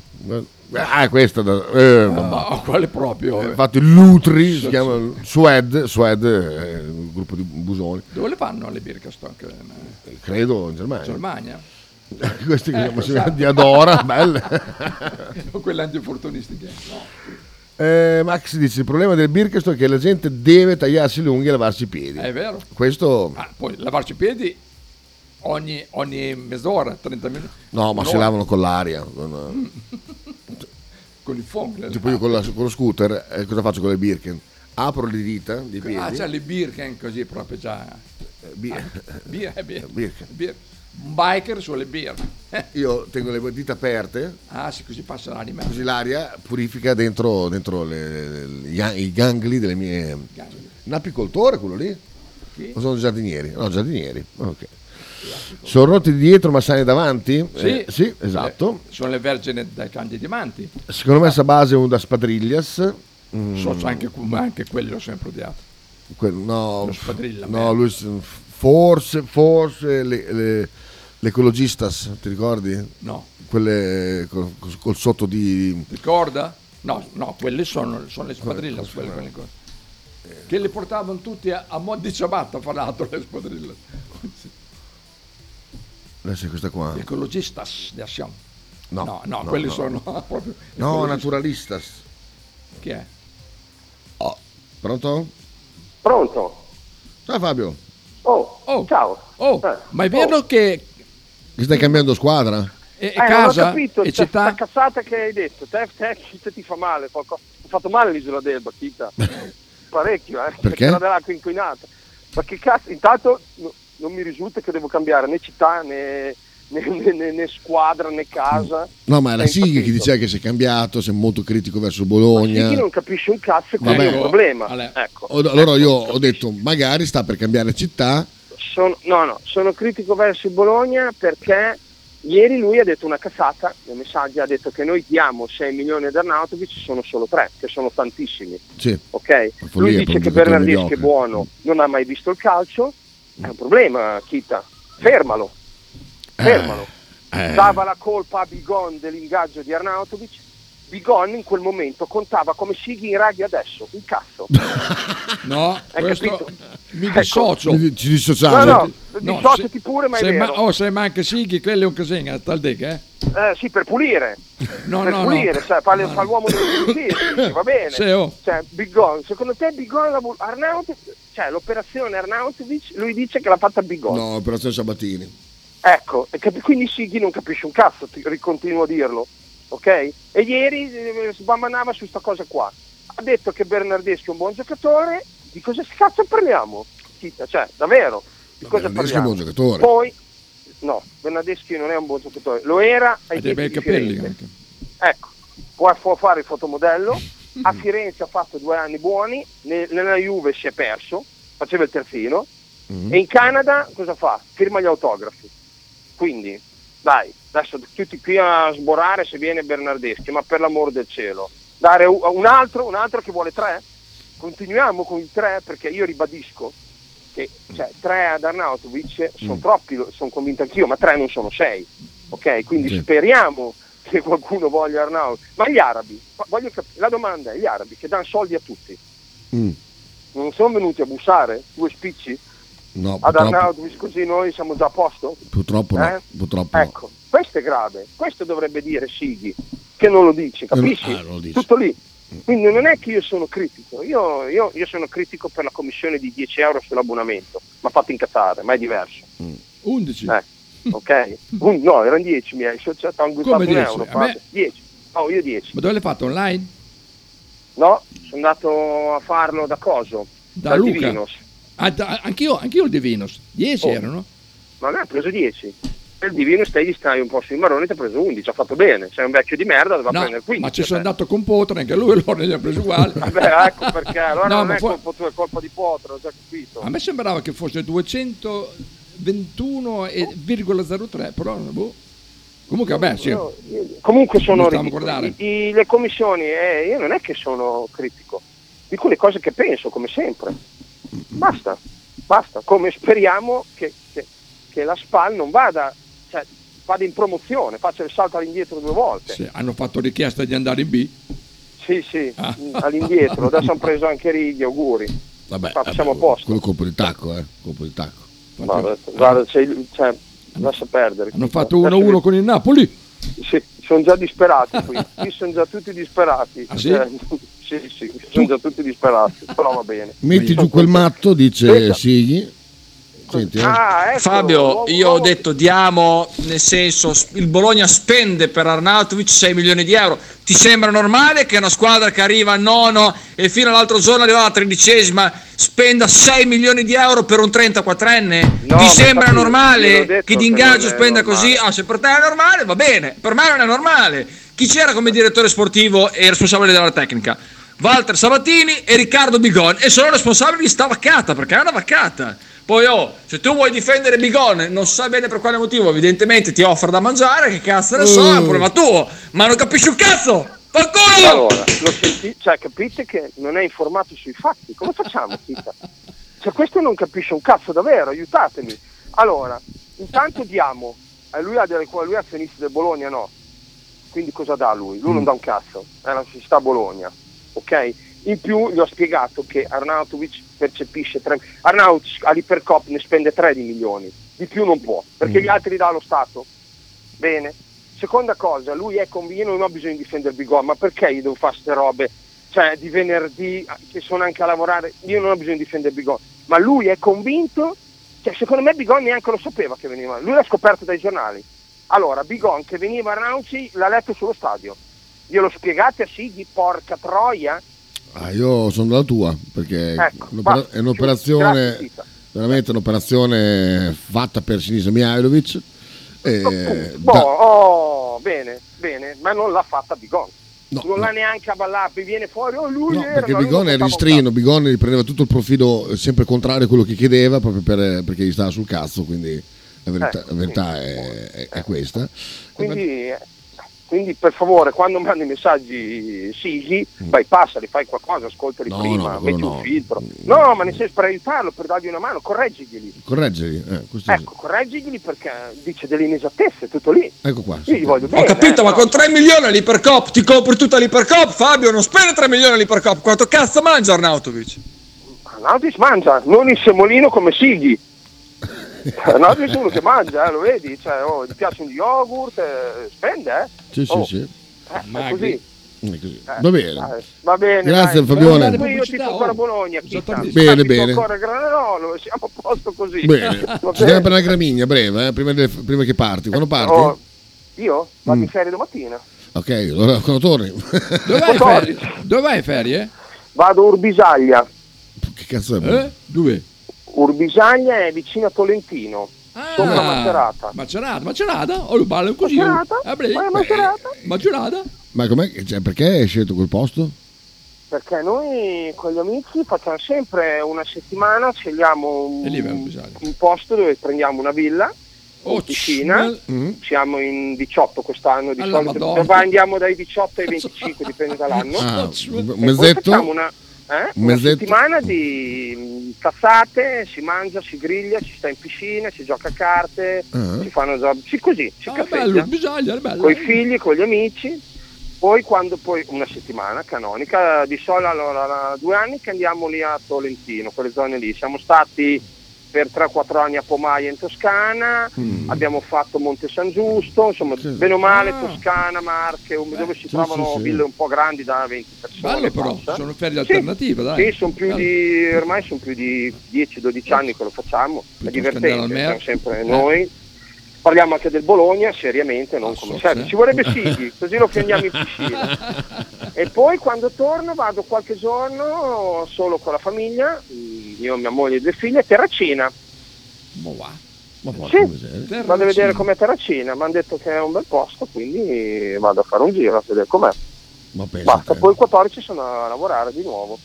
Speaker 1: Ah, questa... da- eh,
Speaker 2: su.
Speaker 1: vabbè.
Speaker 2: Ma oh, quale proprio? eh.
Speaker 1: Infatti Lutri, si chiama Sued, Sued è un gruppo di busoni,
Speaker 2: Dove le fanno le Birkenstock? In
Speaker 1: credo in Germania.
Speaker 2: Germania?
Speaker 1: Questi che
Speaker 2: Ecco,
Speaker 1: si
Speaker 2: esatto.
Speaker 1: di Adora, belle.
Speaker 2: O quelle antifortunistiche? No.
Speaker 1: Eh, Max dice, il problema del Birkenstock è che la gente deve tagliarsi i lunghi e lavarsi i piedi.
Speaker 2: Eh, È vero.
Speaker 1: Questo...
Speaker 2: Ah, poi lavarci i piedi ogni, ogni mezz'ora, 30 minuti.
Speaker 1: No, ma si
Speaker 2: un'ora,
Speaker 1: lavano con l'aria. con-
Speaker 2: Con il fondo.
Speaker 1: Tipo io con, la- con lo scooter, eh, cosa faccio con le Birken? Apro le dita dei piedi.
Speaker 2: Ah, c'ha le Birken così proprio già.
Speaker 1: eh, bir-
Speaker 2: Bir, bir,
Speaker 1: Birken.
Speaker 2: bir. Un biker sulle bir.
Speaker 1: Io tengo le dita aperte,
Speaker 2: Ah, sì, così passa l'anima.
Speaker 1: così l'aria purifica dentro, dentro le- le- gli an- i gangli delle mie... Un apicoltore quello lì?
Speaker 2: Chi?
Speaker 1: O sono giardinieri? No, giardinieri. Ok. Sono rotti di dietro ma sani davanti?
Speaker 2: Sì.
Speaker 1: Eh, sì, esatto.
Speaker 2: Sono le vergini dai cani di manti.
Speaker 1: Secondo me sta base è un da spadriglias. Mm.
Speaker 2: So, c'è anche, ma anche quelli l'ho sempre odiato.
Speaker 1: Que- no,
Speaker 2: Lo spadrilla,
Speaker 1: no,
Speaker 2: merda.
Speaker 1: lui s- forse, forse le, le, L'ecologistas, ti ricordi?
Speaker 2: No.
Speaker 1: Quelle col, col- col sotto di...
Speaker 2: Ricorda? No, no, quelle sono, sono
Speaker 1: Eh,
Speaker 2: le squadrille. quelle- quelle cose. Che le portavano tutti a, a mo' di ciabatta, fra l'altro, le squadrille.
Speaker 1: Adesso è eh, questa qua.
Speaker 2: Ecologistas, de Action.
Speaker 1: No,
Speaker 2: no, no, quelli sono proprio...
Speaker 1: No,
Speaker 2: ecologisti.
Speaker 1: naturalistas.
Speaker 2: Chi è?
Speaker 1: Oh, Pronto?
Speaker 8: Pronto?
Speaker 1: Ciao Fabio,
Speaker 8: Oh,
Speaker 2: Oh.
Speaker 8: ciao.
Speaker 2: Oh,
Speaker 8: Eh,
Speaker 2: ma è vero che
Speaker 1: che stai cambiando squadra?
Speaker 2: è, è
Speaker 8: Eh, non ho
Speaker 2: casa
Speaker 8: capito,
Speaker 2: e
Speaker 8: sta- sta
Speaker 2: città?
Speaker 8: cazzata che hai detto. Te, te, Chita, ti fa male. qualcosa. Ti ha fatto male l'isola d'Elba, Chita. Parecchio, eh.
Speaker 1: Perché?
Speaker 8: Era dell'acqua inquinata. Ma che cazzo, intanto no- non mi risulta che devo cambiare né città, né, né- né- né- né squadra, né
Speaker 2: Mm.
Speaker 8: casa.
Speaker 1: No, ma era
Speaker 8: Sei
Speaker 1: Sighi che
Speaker 8: impazzito.
Speaker 1: diceva che si è cambiato, sei molto critico verso
Speaker 8: Ma Sighi
Speaker 1: Bologna.
Speaker 8: non capisce un cazzo e quello
Speaker 1: Vabbè.
Speaker 8: è un problema.
Speaker 2: Ale-
Speaker 8: Ecco.
Speaker 1: Oh, no, Allora
Speaker 8: Ecco,
Speaker 1: io
Speaker 8: capisci?
Speaker 1: ho detto, magari sta per cambiare città.
Speaker 8: Sono, no, no, sono critico verso il Bologna perché ieri lui ha detto una cazzata nel messaggio, ha detto che noi diamo 6 milioni ad Arnautovic, ci sono solo 3, che sono tantissimi,
Speaker 1: Sì,
Speaker 8: ok?
Speaker 1: follia
Speaker 8: Lui
Speaker 1: per un
Speaker 8: dice che
Speaker 1: giocatore
Speaker 8: Bernardeschi
Speaker 1: mediocre.
Speaker 8: è buono, non ha mai visto il calcio, è un problema, Chita, fermalo, fermalo.
Speaker 1: eh.
Speaker 8: Dava la colpa a Bigon dell'ingaggio di Arnautovic, Bigon in quel momento contava come Sighi in radio adesso, un cazzo.
Speaker 2: No, questo
Speaker 8: capito?
Speaker 2: mi
Speaker 8: Ecco.
Speaker 2: dissocio.
Speaker 1: ci ci
Speaker 8: No,
Speaker 1: dissociamo.
Speaker 8: no,
Speaker 2: No,
Speaker 8: dissociati
Speaker 2: se-
Speaker 8: pure, ma è
Speaker 2: se
Speaker 8: vero.
Speaker 2: oh, se manca Sighi, quello è un casino, tal dec, eh?
Speaker 8: Eh, sì, per pulire.
Speaker 2: No,
Speaker 8: per
Speaker 2: no,
Speaker 8: pulire,
Speaker 2: no.
Speaker 8: cioè, fa, le- fa l'uomo delle pulizie, dice, va bene.
Speaker 2: Sì, oh.
Speaker 8: Cioè, Bigon, secondo te Bigon l'ha vol- Arnautovic, cioè l'operazione Arnautovic, lui dice che l'ha fatta Bigon.
Speaker 1: No, operazione Sabatini.
Speaker 8: Ecco, e cap- quindi Sighi non capisce un cazzo, ti- ricontinuo a dirlo, ok? E ieri eh, sbambanava su sta cosa qua. Ha detto che Bernardeschi è un buon giocatore, di cosa cazzo parliamo? Chita, Cioè, davvero, di cosa
Speaker 1: Bernardeschi è un
Speaker 8: parliamo?
Speaker 1: buon giocatore.
Speaker 8: Poi, no, Bernardeschi non è un buon giocatore, lo era ai
Speaker 2: Ha dei
Speaker 8: tempi
Speaker 2: bei
Speaker 8: di
Speaker 2: capelli
Speaker 8: Firenze.
Speaker 2: anche.
Speaker 8: Ecco, può, può fare il fotomodello. A Firenze ha fatto due anni buoni, ne- nella Juve si è perso, faceva il terzino. E in Canada cosa fa? Firma gli autografi. Quindi, dai, adesso tutti qui a sborare se viene Bernardeschi, ma per l'amor del cielo. Dare u- un altro, un altro che vuole tre? Continuiamo con i tre perché io ribadisco che cioè, tre ad Arnautovic sono troppi, sono convinto anch'io, ma tre non sono sei. Ok, quindi
Speaker 1: Sì.
Speaker 8: speriamo che qualcuno voglia Arnaud. Ma gli arabi, ma voglio cap- la domanda è, gli arabi che danno soldi a tutti,
Speaker 1: Mm,
Speaker 8: non sono venuti a bussare due spicci
Speaker 1: No,
Speaker 8: ad
Speaker 1: purtroppo,
Speaker 8: Arnautovic così noi siamo già a posto?
Speaker 1: purtroppo no.
Speaker 8: Eh?
Speaker 1: Purtroppo no.
Speaker 8: Ecco, questo è grave, questo dovrebbe dire Sighi, che non lo dice, capisci?
Speaker 1: Ah, non lo dice. Mm.
Speaker 8: Tutto lì. Quindi non è che io sono critico, io, io- io sono critico per la commissione di 10 euro sull'abbonamento, ma fate incazzare, ma è diverso.
Speaker 2: 11.
Speaker 8: Eh, ok? Un- no, erano 10 miei, ci ho ci ho gustato un
Speaker 2: 10?
Speaker 8: euro,
Speaker 2: A me-
Speaker 8: Fabio. 10. No, io 10.
Speaker 2: Ma dove l'hai fatto online?
Speaker 8: No, sono andato a farlo da coso,
Speaker 2: Da
Speaker 8: dal
Speaker 2: Luca.
Speaker 8: Divinos.
Speaker 2: Ah, da- anch'io, anch'io il Divinos. 10
Speaker 8: Oh.
Speaker 2: erano.
Speaker 8: ma me ha preso 10. E il Divinos te gli stai un po' sui marroni, ti ha preso 11, ha fatto bene, sei un vecchio di merda, doveva
Speaker 2: No,
Speaker 8: prendere 15.
Speaker 2: ma ci sono
Speaker 8: cioè.
Speaker 2: andato con Potre, anche lui allora gli ha preso uguale.
Speaker 8: Vabbè, ecco perché allora
Speaker 2: No,
Speaker 8: non
Speaker 2: ma
Speaker 8: è
Speaker 2: fu-
Speaker 8: colpa tua, è colpa di Potro, ho già capito.
Speaker 2: A me sembrava che fosse 221,03, però boh. Comunque, vabbè, sì.
Speaker 8: Io- io- comunque sono
Speaker 2: Non stiamo a
Speaker 8: ridicolo.
Speaker 2: guardare.
Speaker 8: I- i- le commissioni eh, io non è che sono critico dico le cose che penso come sempre basta basta come speriamo che, che- che la SPAL non vada cioè, vada in promozione faccia il salto all'indietro due volte
Speaker 2: Sì, Eh, hanno fatto richiesta di andare in B.
Speaker 8: sì sì
Speaker 2: Ah.
Speaker 8: mm, all'indietro adesso hanno preso anche Righi auguri
Speaker 1: Vabbè,
Speaker 8: Ma siamo a
Speaker 1: vabbè,
Speaker 8: posto.
Speaker 1: Quello colpo di tacco, eh. Colpo di tacco.
Speaker 8: guarda, guarda, c'è il- cioè, lascia perdere
Speaker 2: Hanno fatto 1-1 con il Napoli.
Speaker 8: Sì, sono già disperati qui, qui sono già tutti disperati.
Speaker 2: Ah, sì?
Speaker 8: Cioè, sì, sì, sono già tutti disperati, però va bene.
Speaker 1: Metti giù quel matto, dice Sighi. Senti, eh.
Speaker 8: Ah, ecco,
Speaker 6: Fabio,
Speaker 8: uomo-
Speaker 6: io ho
Speaker 8: uomo-
Speaker 6: detto diamo, nel senso, sp- il Bologna spende per Arnautovic 6 milioni di euro. Ti sembra normale che una squadra che arriva a nono e fino all'altro giorno arriva alla tredicesima spenda 6 milioni di euro per un 34enne?
Speaker 8: No,
Speaker 6: Ti
Speaker 8: ma
Speaker 6: sembra
Speaker 8: infatti gliel'ho
Speaker 6: normale
Speaker 8: detto
Speaker 6: che di
Speaker 8: che
Speaker 6: ingaggio
Speaker 8: non è
Speaker 6: spenda
Speaker 8: normale.
Speaker 6: così? Ah, se per te è normale, va bene, per me non è normale. Chi c'era come direttore sportivo e responsabile della tecnica? Walter Sabatini e Riccardo Bigon e sono responsabili di sta vaccata perché è una vaccata. Poi oh, se tu vuoi difendere Bigon, non sai bene per quale motivo, evidentemente ti offre da mangiare, che cazzo ne so, è un problema tuo, ma non capisci un cazzo! Qualcuno!
Speaker 8: Allora, lo senti- cioè, capite che non è informato sui fatti, come facciamo, Tita? Cioè, questo non capisce un cazzo davvero, aiutatemi. Allora, intanto diamo, eh, lui, ha delle, lui è azionista del Bologna, no? Quindi cosa dà lui? Lui non dà un cazzo, è la società Bologna, ok? In più gli ho spiegato che Arnautovic percepisce 3 Arnautovic all'Ipercop ne spende 3 di milioni, di più non può, perché gli altri li dà lo Stato. Bene. Seconda cosa, lui è convinto, io non ho bisogno di difendere Bigon, ma perché gli devo fare queste robe? Cioè di venerdì ah, che sono anche a lavorare, io non ho bisogno di difendere Bigon, ma lui è convinto, cioè secondo me Bigon neanche lo sapeva che veniva, lui l'ha scoperto dai giornali. Allora, Bigon che veniva a Arnauci l'ha letto sullo stadio. Glielo spiegate a Sighi, porca troia?
Speaker 1: Ah, io sono dalla tua perché
Speaker 8: Ecco,
Speaker 1: un'opera-
Speaker 8: basta.
Speaker 1: è un'operazione
Speaker 8: Grazie, Tita.
Speaker 1: veramente un'operazione fatta per Sinisa Mihailovic. eh,
Speaker 8: boh,
Speaker 1: da-
Speaker 8: oh, bene, bene, ma non l'ha fatta Bigon.
Speaker 1: no,
Speaker 8: non
Speaker 1: no,
Speaker 8: l'ha neanche abballato, mi viene fuori, oh lui
Speaker 1: no,
Speaker 8: era,
Speaker 1: perché
Speaker 8: no, lui
Speaker 1: Bigon
Speaker 8: non
Speaker 1: era in
Speaker 8: portava un
Speaker 1: strino, Bigon gli prendeva tutto il profilo eh, sempre contrario a quello che chiedeva proprio per- eh, perché gli stava sul cazzo, quindi la verità,
Speaker 8: Ecco,
Speaker 1: la verità
Speaker 8: sì.
Speaker 1: è, è- è questa.
Speaker 8: cazzo. Quindi, eh, quindi per favore, quando mandi messaggi Sigi, bypassali, fai qualcosa, ascoltali
Speaker 1: Mm. No, no,
Speaker 8: prima,
Speaker 1: quello
Speaker 8: metti
Speaker 1: no. Mm.
Speaker 8: un filtro. No, ma nel senso per aiutarlo, per dargli una mano, correggigli.
Speaker 1: Correggili, eh, questo sì.
Speaker 8: Ecco, correggigli perché dice delle inesattezze, tutto lì.
Speaker 1: Ecco qua.
Speaker 8: Io gli voglio
Speaker 6: Ho
Speaker 8: bene.
Speaker 6: capito,
Speaker 8: eh,
Speaker 6: ma
Speaker 8: no.
Speaker 6: con 3 milioni all'Ipercop ti compri tutta l'Ipercop, Fabio, non spende 3 milioni all'Ipercop. Quanto cazzo mangia Arnautovic?
Speaker 8: Arnautis mangia, non il semolino come Sighi. Arnautis è uno che mangia, eh, lo vedi? Cioè, oh, gli piace un yogurt, eh, spende, eh.
Speaker 1: Sì, sì,
Speaker 8: Oh,
Speaker 1: sì.
Speaker 8: eh, è
Speaker 2: Magri.
Speaker 8: così.
Speaker 1: è così.
Speaker 8: Eh,
Speaker 1: Va bene.
Speaker 8: dai, Va bene.
Speaker 1: Grazie,
Speaker 8: dai.
Speaker 1: Fabione.
Speaker 8: Poi io ti
Speaker 2: Pubblicità,
Speaker 8: ancora
Speaker 2: oh.
Speaker 8: Bologna.
Speaker 1: Bene,
Speaker 2: Esattamente.
Speaker 8: Bene,
Speaker 1: bene.
Speaker 8: bene. ancora Granarolo, siamo a posto così.
Speaker 1: Bene.
Speaker 8: Va
Speaker 1: Ci stiamo per
Speaker 8: bene.
Speaker 1: una gramigna breve, eh, prima, del- prima che parti. Quando parti?
Speaker 8: Oh,
Speaker 1: Mm.
Speaker 8: io vado in ferie domattina.
Speaker 1: Ok, allora quando torni?
Speaker 2: Dove vai in
Speaker 8: 14.
Speaker 2: ferie? Dove vai eh? in ferie?
Speaker 8: Vado a Urbisaglia.
Speaker 1: che cazzo è?
Speaker 2: Eh? Dove?
Speaker 8: Urbisaglia è vicino a Tolentino. Sopra Macerata.
Speaker 2: Ah. Macerata, Macerata? Oh, lo ballo così.
Speaker 8: Macerata?
Speaker 2: Eh, beh,
Speaker 8: Ma è Macerata?
Speaker 2: eh, Macerata?
Speaker 1: Ma com'è? che- cioè, perché hai scelto quel posto?
Speaker 8: Perché noi con gli amici facciamo sempre una settimana, scegliamo
Speaker 2: È lì, per
Speaker 8: un,
Speaker 2: Urbisaglia.
Speaker 8: un posto dove prendiamo una villa,
Speaker 2: Oh,
Speaker 8: in piscina.
Speaker 2: c-
Speaker 1: Mm.
Speaker 8: Siamo in 18 quest'anno, di
Speaker 2: Alla
Speaker 8: solito
Speaker 2: Madonna.
Speaker 8: Vai, andiamo dai 18 ai 25, dipende dall'anno.
Speaker 1: Ah, un
Speaker 8: E poi facciamo
Speaker 1: mesetto?
Speaker 8: una, eh,
Speaker 1: Un
Speaker 8: una
Speaker 1: mesetto.
Speaker 8: settimana di mm, cazzate, si mangia, si griglia, si sta in piscina, si gioca a carte,
Speaker 1: Ah.
Speaker 8: si fanno già, si così, si
Speaker 2: Ah, bello,
Speaker 8: caffeggia,
Speaker 2: Urbisaglia, è bello.
Speaker 8: con i figli, con gli amici. Poi quando poi una settimana canonica, di solito allora da due anni che andiamo lì a Tolentino, quelle zone lì. Siamo stati per 3-4 anni a Pomaia in Toscana,
Speaker 2: Mm.
Speaker 8: abbiamo fatto Monte San Giusto, insomma,
Speaker 1: Sì.
Speaker 8: bene o male
Speaker 2: Ah.
Speaker 8: Toscana, Marche, um-
Speaker 2: Eh,
Speaker 8: dove si
Speaker 1: sì,
Speaker 8: trovano
Speaker 1: sì, sì.
Speaker 8: ville un po' grandi da 20 persone.
Speaker 2: Bello però,
Speaker 8: passa.
Speaker 2: sono ferie
Speaker 8: Sì.
Speaker 2: alternative, dai.
Speaker 8: Sì, sono più di, ormai sono più di 10-12 anni che lo facciamo,
Speaker 2: Piuttosto
Speaker 8: è
Speaker 2: che andare al
Speaker 8: divertente,
Speaker 2: Mer.
Speaker 8: siamo sempre
Speaker 2: Eh.
Speaker 8: noi. Parliamo anche del Bologna, seriamente, non
Speaker 2: Ah,
Speaker 8: come
Speaker 2: so,
Speaker 8: serve.
Speaker 2: sì.
Speaker 8: Ci vorrebbe Sighi, così lo prendiamo in piscina. e poi quando torno vado qualche giorno solo con la famiglia, mm, io, mia moglie e due figlie, a Terracina.
Speaker 2: Ma va.
Speaker 1: Ma porca
Speaker 8: Sì.
Speaker 1: miseria.
Speaker 2: Terracina.
Speaker 8: Vado a vedere com'è Terracina, mi hanno detto che è un bel posto, quindi vado a fare un giro a vedere com'è.
Speaker 2: Esatto.
Speaker 1: Ma pensa
Speaker 8: Basta,
Speaker 1: te.
Speaker 8: poi il 14 sono a lavorare di nuovo.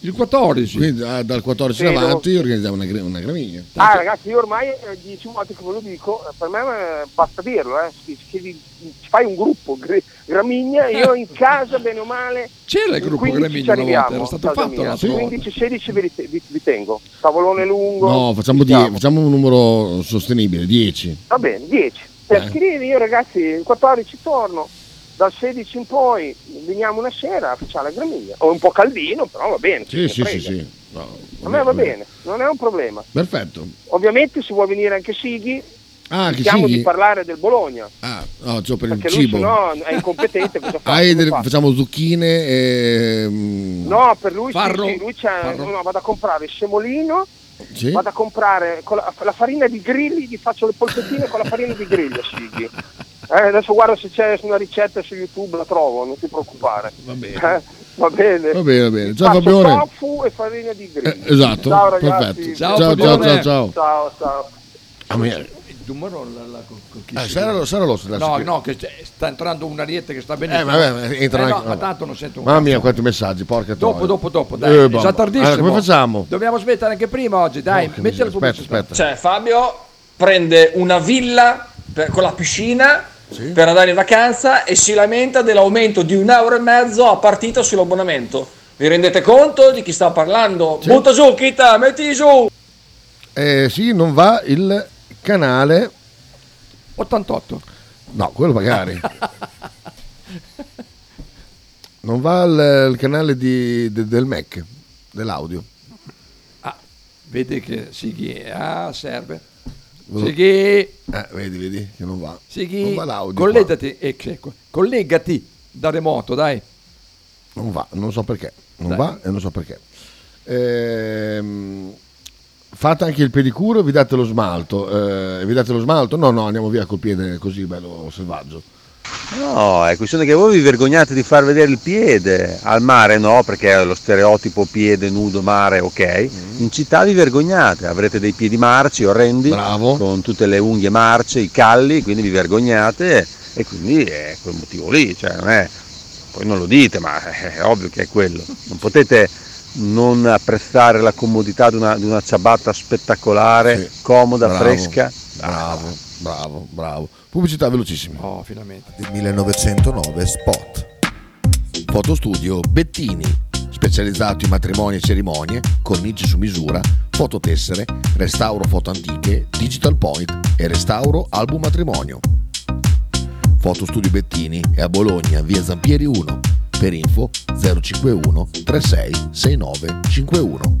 Speaker 2: Il 14.
Speaker 1: Quindi ah, dal 14 in
Speaker 8: Sì,
Speaker 1: avanti organizziamo una, gra- una gramigna.
Speaker 8: Ah ragazzi, io ormai eh, dieci volte che ve lo dico, eh, per me eh, basta dirlo, eh. Schi- scrivi- fai un gruppo, gr- Gramigna, io in casa bene o male,
Speaker 2: C'era il
Speaker 8: in
Speaker 2: gruppo
Speaker 8: 15
Speaker 2: Gramigna una volta,
Speaker 8: arriviamo,
Speaker 2: era stato
Speaker 8: casa
Speaker 2: fatto
Speaker 8: mia.
Speaker 2: l'altra volta.
Speaker 8: 15-16 vi, rit- vi- vi tengo, tavolone lungo.
Speaker 1: No, facciamo, die-
Speaker 8: diciamo.
Speaker 1: facciamo un numero sostenibile, 10.
Speaker 8: Va bene, 10. Per
Speaker 1: Eh.
Speaker 8: scrivi io ragazzi, il 14 torno, dal 16 in poi veniamo una sera, facciamo la Gramigna. Ho un po' caldino, però va bene. chi
Speaker 1: Sì,
Speaker 8: ne
Speaker 1: sì, sì,
Speaker 8: frega.
Speaker 1: sì. No,
Speaker 8: A me va bene, non è un problema.
Speaker 1: Perfetto.
Speaker 8: Ovviamente se vuoi venire anche Sighi,
Speaker 1: Ah, che
Speaker 8: cerchiamo di
Speaker 1: sì.
Speaker 8: parlare del Bologna.
Speaker 1: Ah, no, cioè per il
Speaker 8: Perché lui
Speaker 1: cibo.
Speaker 8: se no è incompetente, cosa
Speaker 2: Ah,
Speaker 8: fa?
Speaker 1: Hai
Speaker 8: Come
Speaker 1: delle-
Speaker 8: fa?
Speaker 1: facciamo zucchine e... mm,
Speaker 8: No, per lui, sì,
Speaker 2: Farro.
Speaker 8: sì, lui c'è,
Speaker 2: Farro.
Speaker 8: no, no, vado a comprare il semolino,
Speaker 1: sì?
Speaker 8: vado a comprare con la, la farina di grilli, gli faccio le polpettine con la farina di grilli a Sighi. Eh, adesso guardo se c'è una ricetta su YouTube, la trovo, non ti preoccupare. Va bene. va bene.
Speaker 1: Va bene, va bene. Ciao
Speaker 8: Faccio
Speaker 1: Fabione.
Speaker 8: tofu e farina di
Speaker 1: Eh,
Speaker 8: grilli.
Speaker 1: esatto,
Speaker 8: Ciao
Speaker 1: perfetto.
Speaker 8: ragazzi.
Speaker 2: Ciao,
Speaker 1: ciao, ciao,
Speaker 2: Fabione.
Speaker 1: ciao, ciao.
Speaker 8: Ciao, ciao.
Speaker 1: Ah, ma- eh,
Speaker 2: Il numero la, la, con, con chi si-
Speaker 1: Sarà lo, sarà lo sarà
Speaker 2: No,
Speaker 1: Eh, certo, sì.
Speaker 2: no, che c'è- sta entrando un ariete che sta benissimo.
Speaker 1: Eh, vabbè, ma entra
Speaker 2: Eh, no,
Speaker 1: anche-
Speaker 2: ma tanto non sento un
Speaker 1: Mamma
Speaker 2: cazzo.
Speaker 1: mia, quanti messaggi, porca
Speaker 2: Dopo,
Speaker 1: troia.
Speaker 2: dopo, dopo, dai.
Speaker 1: Eh,
Speaker 2: è
Speaker 1: mamma.
Speaker 2: già tardissimo.
Speaker 1: Allora, come facciamo?
Speaker 2: Dobbiamo smettere anche prima oggi, dai.
Speaker 1: Porca
Speaker 2: Metti
Speaker 1: miseria.
Speaker 2: la
Speaker 1: Aspetta,
Speaker 2: pubblicità.
Speaker 1: aspetta.
Speaker 6: Cioè, Fabio prende una villa per- con la piscina per andare in vacanza e si lamenta dell'aumento di un euro e mezzo a partita sull'abbonamento. Vi rendete conto di chi sta parlando? Butta giù, Kita, metti giù!
Speaker 1: Eh, sì, non va il canale
Speaker 2: 88.
Speaker 1: No, quello magari. non va al, al canale di- de- del Mac, dell'audio.
Speaker 2: Vedi che Sighi ah, serve. Sighi,
Speaker 1: Eh, vedi, vedi che non va. Uh. Non
Speaker 2: Sighi,
Speaker 1: va l'audio. qua.
Speaker 2: collegati, ecco, ecco, collegati da remoto, dai.
Speaker 1: Non va, non so perché. Non
Speaker 2: Dai.
Speaker 1: va e non so perché. Ehm, fate anche il pedicuro e vi date lo smalto. Eh, vi date lo smalto? No, no, andiamo via col piede così bello selvaggio.
Speaker 7: No, è questione che voi vi vergognate di far vedere il piede. Al mare no, perché è lo stereotipo piede nudo mare, ok.
Speaker 1: Mm.
Speaker 7: In città vi vergognate, avrete dei piedi marci, orrendi,
Speaker 1: Bravo.
Speaker 7: con tutte le unghie marce, i calli, quindi vi vergognate e quindi è quel motivo lì, cioè non è poi non lo dite, ma è ovvio che è quello. Non potete non apprezzare la comodità di una, di una ciabatta spettacolare,
Speaker 1: Sì.
Speaker 7: Eh, comoda,
Speaker 1: Bravo.
Speaker 7: fresca.
Speaker 1: Bravo, bravo, bravo. Pubblicità velocissima.
Speaker 2: Oh, finalmente.
Speaker 9: del 1909 Spot.
Speaker 1: Fotostudio Bettini, specializzato in matrimoni e cerimonie, cornici su misura, fototessere, restauro foto antiche, digital point e restauro album matrimonio. Fotostudio Bettini è a Bologna, via Zampieri 1. Per info 051 36 69 51.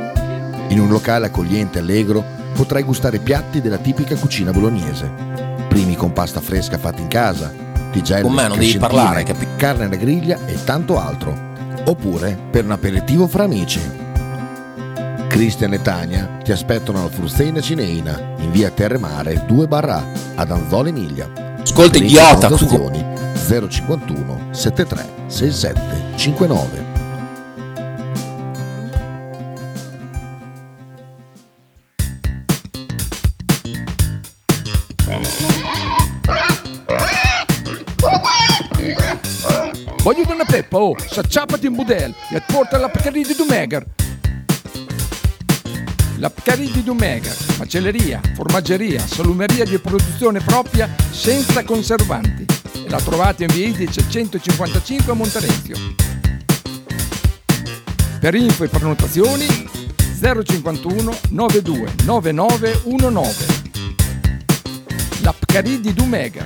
Speaker 1: In un locale accogliente e allegro potrai gustare piatti della tipica cucina bolognese. Primi con pasta fresca fatta in casa, tigelle,
Speaker 10: Con me non devi
Speaker 1: crescentine,
Speaker 10: parlare, capi-
Speaker 1: carne alla griglia e tanto altro. Oppure per un aperitivo fra amici. Cristian e Tania ti aspettano alla Fruzeina Cineina in via Terremare 2 barra ad Anzola Emilia.
Speaker 10: Ascolta,
Speaker 1: Link
Speaker 10: idiota, tu-
Speaker 1: prenotazioni 051 73 67 59.
Speaker 2: Voglio una peppa, oh, s'acciappati in budel e porta la Pcaridi di Dumegar. La Pcaridi di Dumegar, macelleria, formaggeria, salumeria di produzione propria senza conservanti. E la trovate in via Idice 155 a Monterezio. Per info e prenotazioni 051 92 9919. La Pcaridi di Dumegar.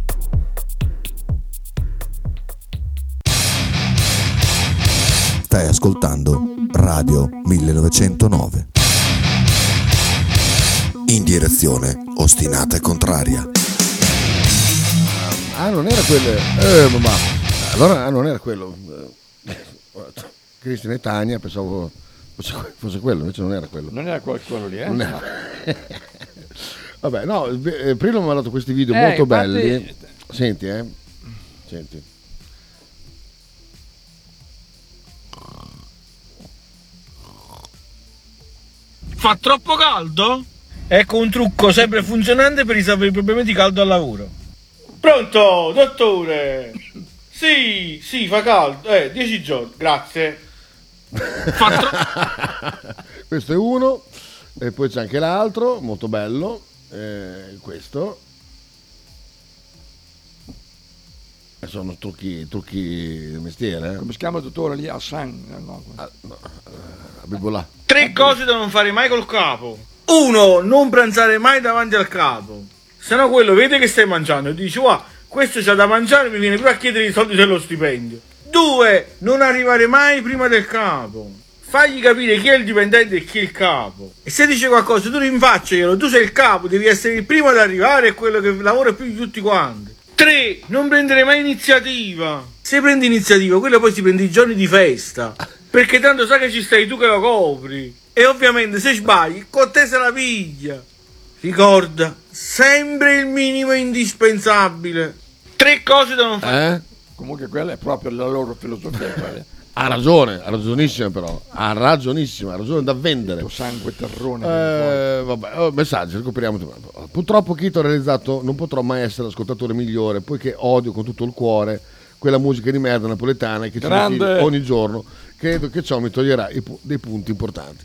Speaker 9: Stai ascoltando Radio 1909. In direzione ostinata e contraria.
Speaker 1: Ah, non era quello. Eh, ma- ma allora ah, non era quello. Eh, ho detto, Cristian e Tania, pensavo fosse, que- fosse quello, invece non era quello.
Speaker 2: Non era qualcuno lì, eh?
Speaker 1: Non era- Vabbè, no, eh, eh, Prilo mi ha dato questi video
Speaker 2: Eh,
Speaker 11: Ecco.
Speaker 1: molto
Speaker 2: infatti-
Speaker 1: belli. Senti, eh. Senti.
Speaker 11: Fa troppo caldo? Ecco un trucco sempre funzionante per risolvere i problemi di caldo al lavoro. Pronto, dottore? Sì, sì, fa caldo. Eh, 10 giorni, grazie.
Speaker 1: Questo è uno.
Speaker 11: E poi c'è anche l'altro, molto bello, eh, questo. Eh, Sono trucchi, trucchi del
Speaker 1: eh.
Speaker 11: mestiere.
Speaker 2: Come si chiama il dottore lì? Hassan. eh, no.
Speaker 11: Abibolà.
Speaker 12: Tre cose da non fare mai col capo. Uno, non pranzare mai davanti al capo. Se no quello vede che stai mangiando e dici, wow, questo c'ha da mangiare, mi viene pure a chiedere i soldi dello stipendio. Due, non arrivare mai prima del capo. Fagli capire chi è il dipendente e chi è il capo. E se dice qualcosa, tu rinfacciaglielo, tu sei il capo, devi essere il primo ad arrivare e quello che lavora più di tutti quanti. Tre, non prendere mai iniziativa. Se prendi iniziativa, quello poi si prende i giorni di festa. Perché tanto sa che ci stai tu che lo copri. E ovviamente se sbagli, con te se la piglia. Ricorda, sempre il minimo indispensabile. Tre cose da non fare.
Speaker 11: Eh?
Speaker 2: Comunque quella è proprio la loro filosofia. quella.
Speaker 11: Ha ragione, ha ragionissima però, ha ragionissima, ha ragione da vendere.
Speaker 2: sangue terrone.
Speaker 11: Eh, vabbè, oh, messaggi, ricopriamo. Purtroppo Chito ha realizzato non potrò mai essere l'ascoltatore migliore, poiché odio con tutto il cuore quella musica di merda napoletana che ci
Speaker 2: Grande!
Speaker 11: metti ogni giorno. Credo che ciò mi toglierà i pu- dei punti importanti.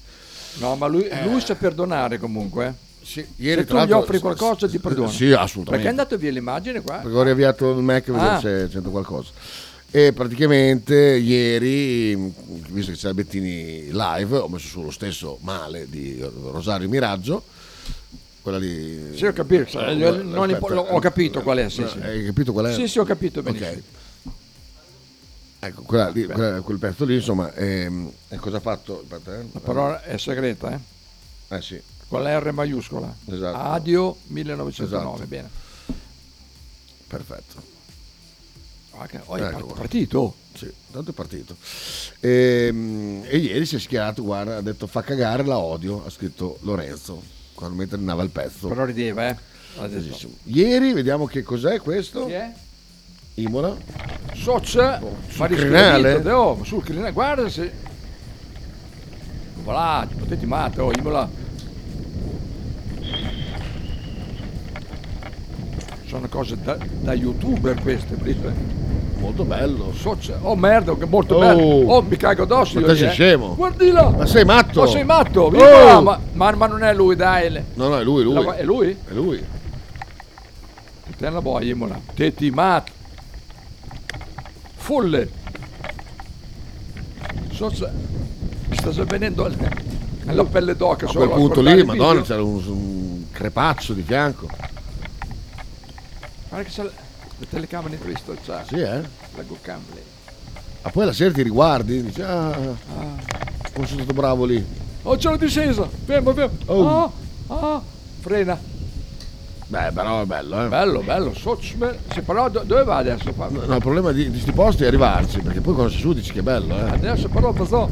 Speaker 2: No, ma lui,
Speaker 11: Eh.
Speaker 2: lui sa perdonare comunque. eh.
Speaker 11: ieri,
Speaker 2: Se tu
Speaker 11: tra
Speaker 2: gli
Speaker 11: l'altro,
Speaker 2: offri
Speaker 11: s-
Speaker 2: qualcosa
Speaker 11: s-
Speaker 2: ti perdona.
Speaker 11: sì, assolutamente.
Speaker 2: Perché è andato via l'immagine qua?
Speaker 11: Perché ho riavviato il Mac per
Speaker 2: Ah.
Speaker 11: vedere se sento qualcosa. E praticamente ieri, mh, visto che c'era Bettini live, ho messo sullo stesso male di Rosario Miraggio. Quella lì.
Speaker 2: Sì, ho capito.
Speaker 11: Eh,
Speaker 2: eh, non
Speaker 11: aspetta,
Speaker 2: impo- lo- ho capito qual è. Sì, sì.
Speaker 11: Hai capito qual è?
Speaker 2: Sì, sì, ho capito benissimo.
Speaker 11: Ecco, quella lì, quella- quel pezzo lì, insomma, ehm, e cosa ha fatto? Aspetta, eh.
Speaker 2: La parola è segreta, eh?
Speaker 11: Eh sì.
Speaker 2: Con la R maiuscola.
Speaker 11: Esatto.
Speaker 2: Adio 1909.
Speaker 11: Esatto.
Speaker 2: Bene.
Speaker 11: Perfetto.
Speaker 2: Ah, che- oh, è
Speaker 11: Ecco
Speaker 2: par-
Speaker 11: qua.
Speaker 2: partito.
Speaker 11: Sì, tanto è partito. Ehm, E, ieri si è schierato, guarda, ha detto fa cagare la odio, ha scritto Lorenzo, quando mentre andava il pezzo.
Speaker 2: Però rideva, eh? L'ha detto.
Speaker 11: Ieri vediamo che cos'è questo.
Speaker 2: Chi è?
Speaker 11: Imola.
Speaker 2: Socia fa
Speaker 11: crinale?
Speaker 2: riscredito. Oh, ma sul crinale, guarda se. Voilà, potete mate, oh, Imola. Sono cose da, da youtuber queste, prese.
Speaker 11: Molto bello.
Speaker 2: Socia. Oh merda, che molto
Speaker 11: Oh.
Speaker 2: bello. Oh, mi cago addosso.
Speaker 11: Ma
Speaker 2: io
Speaker 11: te
Speaker 2: lì,
Speaker 11: sei
Speaker 2: eh.
Speaker 11: scemo?
Speaker 2: Guardi là.
Speaker 11: Ma sei matto?
Speaker 2: Ma sei matto? Vieni
Speaker 11: Oh.
Speaker 2: qua, ma, ma, ma non è lui, dai. le-
Speaker 11: No, no, è lui, lui.
Speaker 2: La- è lui?
Speaker 11: È lui.
Speaker 2: Te la boia, Imola. Tetti matto. Folle. So se- mi sta avvenendo la pelle d'oca
Speaker 11: A
Speaker 2: solo
Speaker 11: quel punto
Speaker 2: guardare
Speaker 11: lì,
Speaker 2: il
Speaker 11: madonna,
Speaker 2: video.
Speaker 11: c'era un, un crepaccio di fianco.
Speaker 2: Guarda che c'è la, la telecamera in questo, c'ha.
Speaker 11: Sì, eh.
Speaker 2: La GoCam lì.
Speaker 11: Ma poi la sera ti riguardi, dici, ah, come sono stato bravo lì.
Speaker 2: Oh, c'è la discesa. Fermo, fermo.
Speaker 11: Oh.
Speaker 2: Ah, ah, frena.
Speaker 11: Beh, però è bello, eh.
Speaker 2: Bello, bello. So, se però do- dove va adesso? Fa-
Speaker 11: No, il problema di questi posti è arrivarci, perché poi quando sei su dici che è bello, eh.
Speaker 2: Adesso però basta.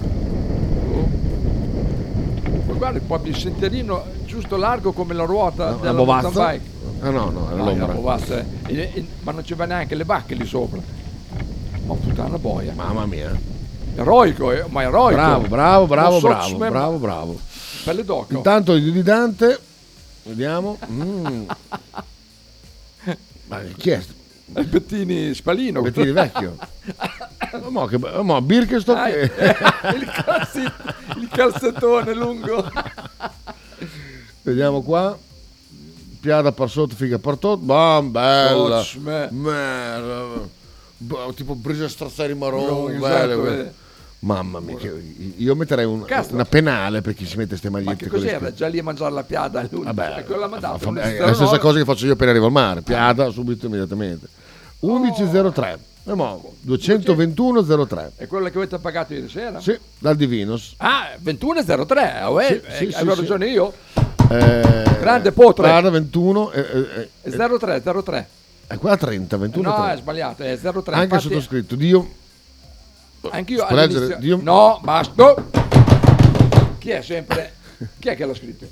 Speaker 2: Ma guarda, proprio il sentierino giusto largo come la ruota
Speaker 11: Una
Speaker 2: della
Speaker 11: bovazza?
Speaker 2: mountain bike.
Speaker 11: Ah no, no, era
Speaker 2: No, era
Speaker 11: l'ombra.
Speaker 2: bovazza, eh. E- e- ma non ci va neanche le bacche lì sopra. Ma puttana boia.
Speaker 11: Mamma mia.
Speaker 2: Eroico, eh, ma eroico.
Speaker 11: Bravo, bravo, bravo,
Speaker 2: Non so,
Speaker 11: bravo,
Speaker 2: ma-
Speaker 11: bravo, bravo.
Speaker 2: Ecco. Pelle d'occhio.
Speaker 11: Intanto il di Dante, vediamo. Mm. Ma chi è?
Speaker 2: Bettini eh, Spalino.
Speaker 11: Bettini vecchio. Oh, Mo, che, be- mo Birkenstock
Speaker 2: Ah,
Speaker 11: che-
Speaker 2: eh, il, calzi- il calzettone lungo.
Speaker 11: Vediamo qua. Piada par sotto, figa par tot. Bam, bella.
Speaker 2: Oh, smè.
Speaker 11: Merda. Boh, Tipo brisa strazzari marrone.
Speaker 2: Esatto,
Speaker 11: bella, bella.
Speaker 2: eh.
Speaker 11: Mamma mia, che- io metterei un-
Speaker 2: Cazzo.
Speaker 11: una penale per chi si mette queste
Speaker 2: Ma che
Speaker 11: magliette così.
Speaker 2: cos'era? Già lì a mangiare la piada l'unica.
Speaker 11: Vabbè,
Speaker 2: Quella mandata,
Speaker 11: Fa- eh,
Speaker 2: non
Speaker 11: è
Speaker 2: esistono
Speaker 11: la stessa
Speaker 2: nove.
Speaker 11: cosa che faccio io appena arrivo al mare,
Speaker 2: Ah.
Speaker 11: piada subito immediatamente. 11.03, Eh, mo, 221.03
Speaker 2: È quella che avete pagato ieri sera?
Speaker 11: sì, dal Divinos.
Speaker 2: Ah, 21.03, oh, eh,
Speaker 11: Sì,
Speaker 2: eh,
Speaker 11: sì, sì,
Speaker 2: avevo
Speaker 11: sì.
Speaker 2: ragione io.
Speaker 11: Eh,
Speaker 2: Grande potre.
Speaker 11: Guarda, 21, eh, eh, eh,
Speaker 2: 03, 03.
Speaker 11: è qua 30, 21
Speaker 2: no,
Speaker 11: 30.
Speaker 2: è sbagliato, è 03.
Speaker 11: Anche
Speaker 2: infatti,
Speaker 11: sottoscritto, Dio,
Speaker 2: anch'io
Speaker 11: si può leggere?
Speaker 2: all'inizio-
Speaker 11: Dio-
Speaker 2: No, basta. Chi è sempre? Chi è che l'ha scritto?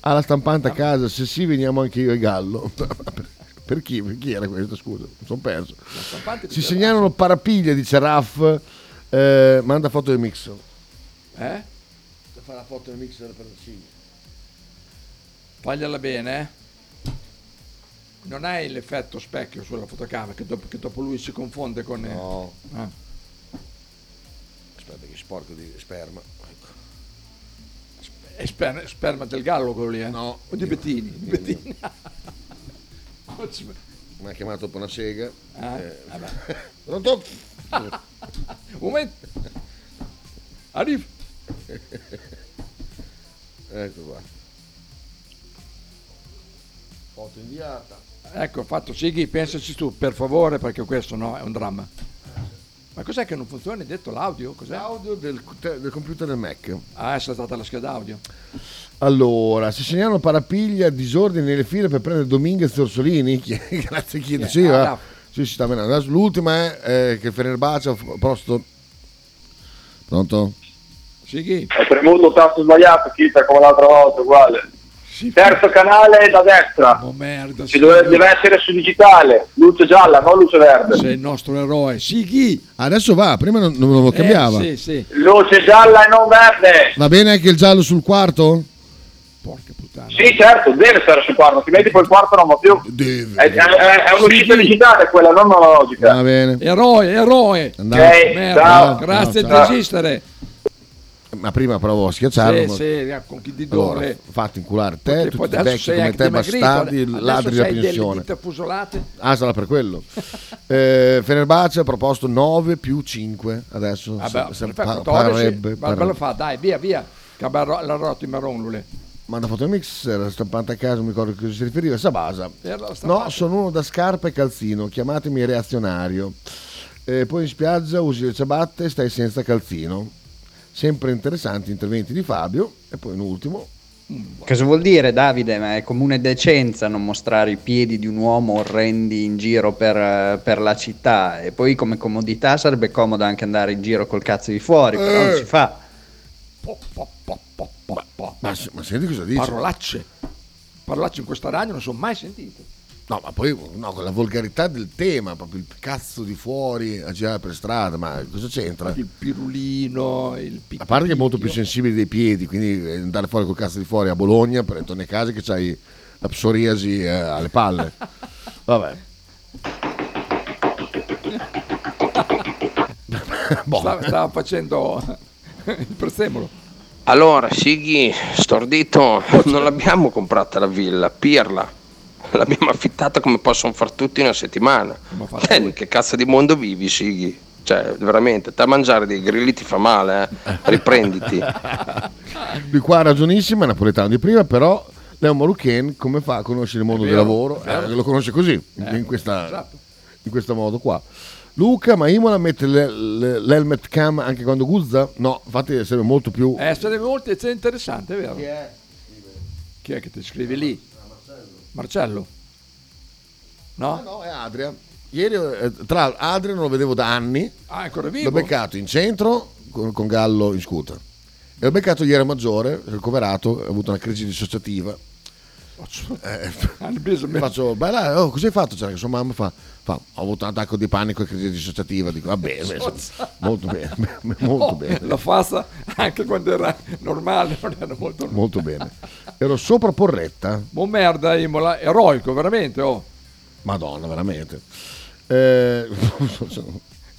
Speaker 11: alla stampante a casa, se sì veniamo anche io e Gallo. per, per chi? Per chi era questo? Scusa, mi sono perso.
Speaker 2: stampante di
Speaker 11: Ci segnalano parapiglia, dice Raff, eh, manda foto del mix.
Speaker 2: Eh?
Speaker 11: Fa la foto del mixer per sì.
Speaker 2: Fagliela bene, eh. Non hai l'effetto specchio sulla fotocamera che dopo, che dopo lui si confonde con...
Speaker 11: No.
Speaker 2: Ah.
Speaker 11: Aspetta che sporco di sperma. Ecco. Aspetta.
Speaker 2: È sper- sperma del gallo quello lì, eh? No. O di Bettini. Bettini.
Speaker 11: Mi ha chiamato per una sega.
Speaker 2: Ah,
Speaker 11: Eh,
Speaker 2: vabbè.
Speaker 11: Pronto?
Speaker 2: Un momento. Arrivo.
Speaker 11: ecco qua. Foto inviata.
Speaker 2: Ecco, ho fatto Sighi, pensaci tu, per favore, perché questo no, è un dramma. Ma cos'è che non funziona? Hai detto l'audio? Cos'è?
Speaker 11: L'audio del, del computer del Mac.
Speaker 2: Ah, è saltata la scheda audio.
Speaker 11: Allora, Siciliano Parapiglia, disordini nelle file per prendere Dominguez e Orsolini. Chi- Grazie,
Speaker 13: Eh,
Speaker 11: chiedo. Sì,
Speaker 2: Ah,
Speaker 11: va.
Speaker 2: bravo.
Speaker 11: Sì, si sta menando. Adesso L'ultima è eh, che Fenerbahce ha f- posto. Pronto?
Speaker 2: Sighi,
Speaker 13: Ho premuto il tasto sbagliato, chissà come l'altra volta, uguale. Terzo canale da destra.
Speaker 2: merda.
Speaker 13: Ci dove- deve essere su digitale, luce gialla, non luce verde.
Speaker 2: Sei il nostro eroe. Sighi!
Speaker 11: Adesso va, prima non, non lo cambiava.
Speaker 2: Eh, sì, sì.
Speaker 13: Luce gialla e non verde.
Speaker 11: Va bene anche il giallo sul quarto?
Speaker 13: Sì, certo, deve stare sul quarto, altrimenti poi il quarto non va più. È, è, Eh, è- è un'uscita digitale quella, non analogica.
Speaker 11: Va bene.
Speaker 2: Eroe, eroe.
Speaker 11: Andiamo.
Speaker 13: Ok,
Speaker 2: Merda.
Speaker 13: ciao.
Speaker 2: Grazie
Speaker 11: No,
Speaker 2: di
Speaker 11: ciao.
Speaker 2: esistere.
Speaker 11: Ma prima provo a schiacciarlo.
Speaker 2: Sì, sì,
Speaker 11: ma-
Speaker 2: con chi di
Speaker 11: Allora,
Speaker 2: dove.
Speaker 11: fatti inculare te,
Speaker 2: Poi
Speaker 11: tutti
Speaker 2: adesso
Speaker 11: vecchi
Speaker 2: sei
Speaker 11: come
Speaker 2: anche
Speaker 11: te,
Speaker 2: dimagrito,
Speaker 11: bastardi,
Speaker 2: adesso
Speaker 11: ladri della
Speaker 2: sei delle
Speaker 11: pensione.
Speaker 2: dita fusolate.
Speaker 11: Ah, sarà per quello. eh, Fenerbahce ha proposto 9 più 5 adesso.
Speaker 2: Vabbè,
Speaker 11: se- se-
Speaker 2: perfetto,
Speaker 11: pa-
Speaker 2: 14,
Speaker 11: parrebbe-
Speaker 2: ma
Speaker 11: parrebbe.
Speaker 2: bello fa, dai, via, via. Che abbiamo la rotto in marronlule.
Speaker 11: Manda foto mix, era stampante a caso, non mi ricordo a cosa si riferiva. Sabasa.
Speaker 2: Era la stampante.
Speaker 11: No, sono uno da scarpa e calzino, chiamatemi reazionario. Eh, poi in spiaggia usi le ciabatte e stai senza calzino. Sempre interessanti interventi di Fabio. E poi un ultimo.
Speaker 14: Cosa vuol dire Davide? Ma è comune decenza non mostrare i piedi di un uomo orrendi in giro per, eh, per la città e poi come comodità sarebbe comodo anche andare in giro col cazzo di fuori, però non si fa.
Speaker 11: Ma, ma senti cosa dice?
Speaker 2: Parolacce. Parolacce in questa radio non sono mai sentite.
Speaker 11: No, ma poi no, con la volgarità del tema, proprio il cazzo di fuori a girare per strada, ma cosa c'entra?
Speaker 2: Il pirulino, il
Speaker 11: A parte che è molto più sensibile dei piedi, quindi eh, andare fuori col cazzo di fuori a Bologna per tornare a casa che c'hai la psoriasi eh, alle palle. Vabbè. Boh.
Speaker 2: Stava, stava facendo il prezzemolo.
Speaker 6: Allora, Sighi, stordito, non l'abbiamo comprata la villa, pirla. L'abbiamo affittata come possono far tutti in una settimana. Te in che cazzo di mondo vivi, Sighi? Cioè, veramente, te a mangiare dei grilli ti fa male, eh? Riprenditi.
Speaker 11: Di qua ragionissima, è napoletano di prima, però Leo Maluchen come fa a conoscere il mondo
Speaker 2: È
Speaker 11: del
Speaker 2: vero,
Speaker 11: lavoro?
Speaker 2: è vero.
Speaker 11: Eh, lo conosce così,
Speaker 2: Eh,
Speaker 11: in, questa-
Speaker 2: esatto.
Speaker 11: in questo modo qua. Luca, ma Imola mette le- le- l'helmet cam anche quando guzza? No, infatti serve molto più...
Speaker 2: Eh, sarebbe molto è interessante, vero? Chi è? che ti scrive lì? Marcello. No?
Speaker 11: Ah, no, è Adria. Ieri, eh, tra l'altro, Adria non lo vedevo da anni.
Speaker 2: Ah, è ancora vivo?
Speaker 11: L'ho beccato in centro con, con Gallo in scooter. E l'ho beccato ieri a Maggiore, ricoverato, ha avuto una crisi dissociativa. Eh, faccio, beh, là, oh, cosa hai fatto? C'era che sua mamma fa, fa, ho avuto un attacco di panico e crisi dissociativa. Dico, va bene, beh, molto bene, molto
Speaker 2: Oh,
Speaker 11: bene.
Speaker 2: La fassa anche quando era normale, non era molto
Speaker 11: molto bene. Ero sopra Porretta,
Speaker 2: Buon merda, Imola, eroico, veramente. Oh.
Speaker 11: madonna, veramente. Eh,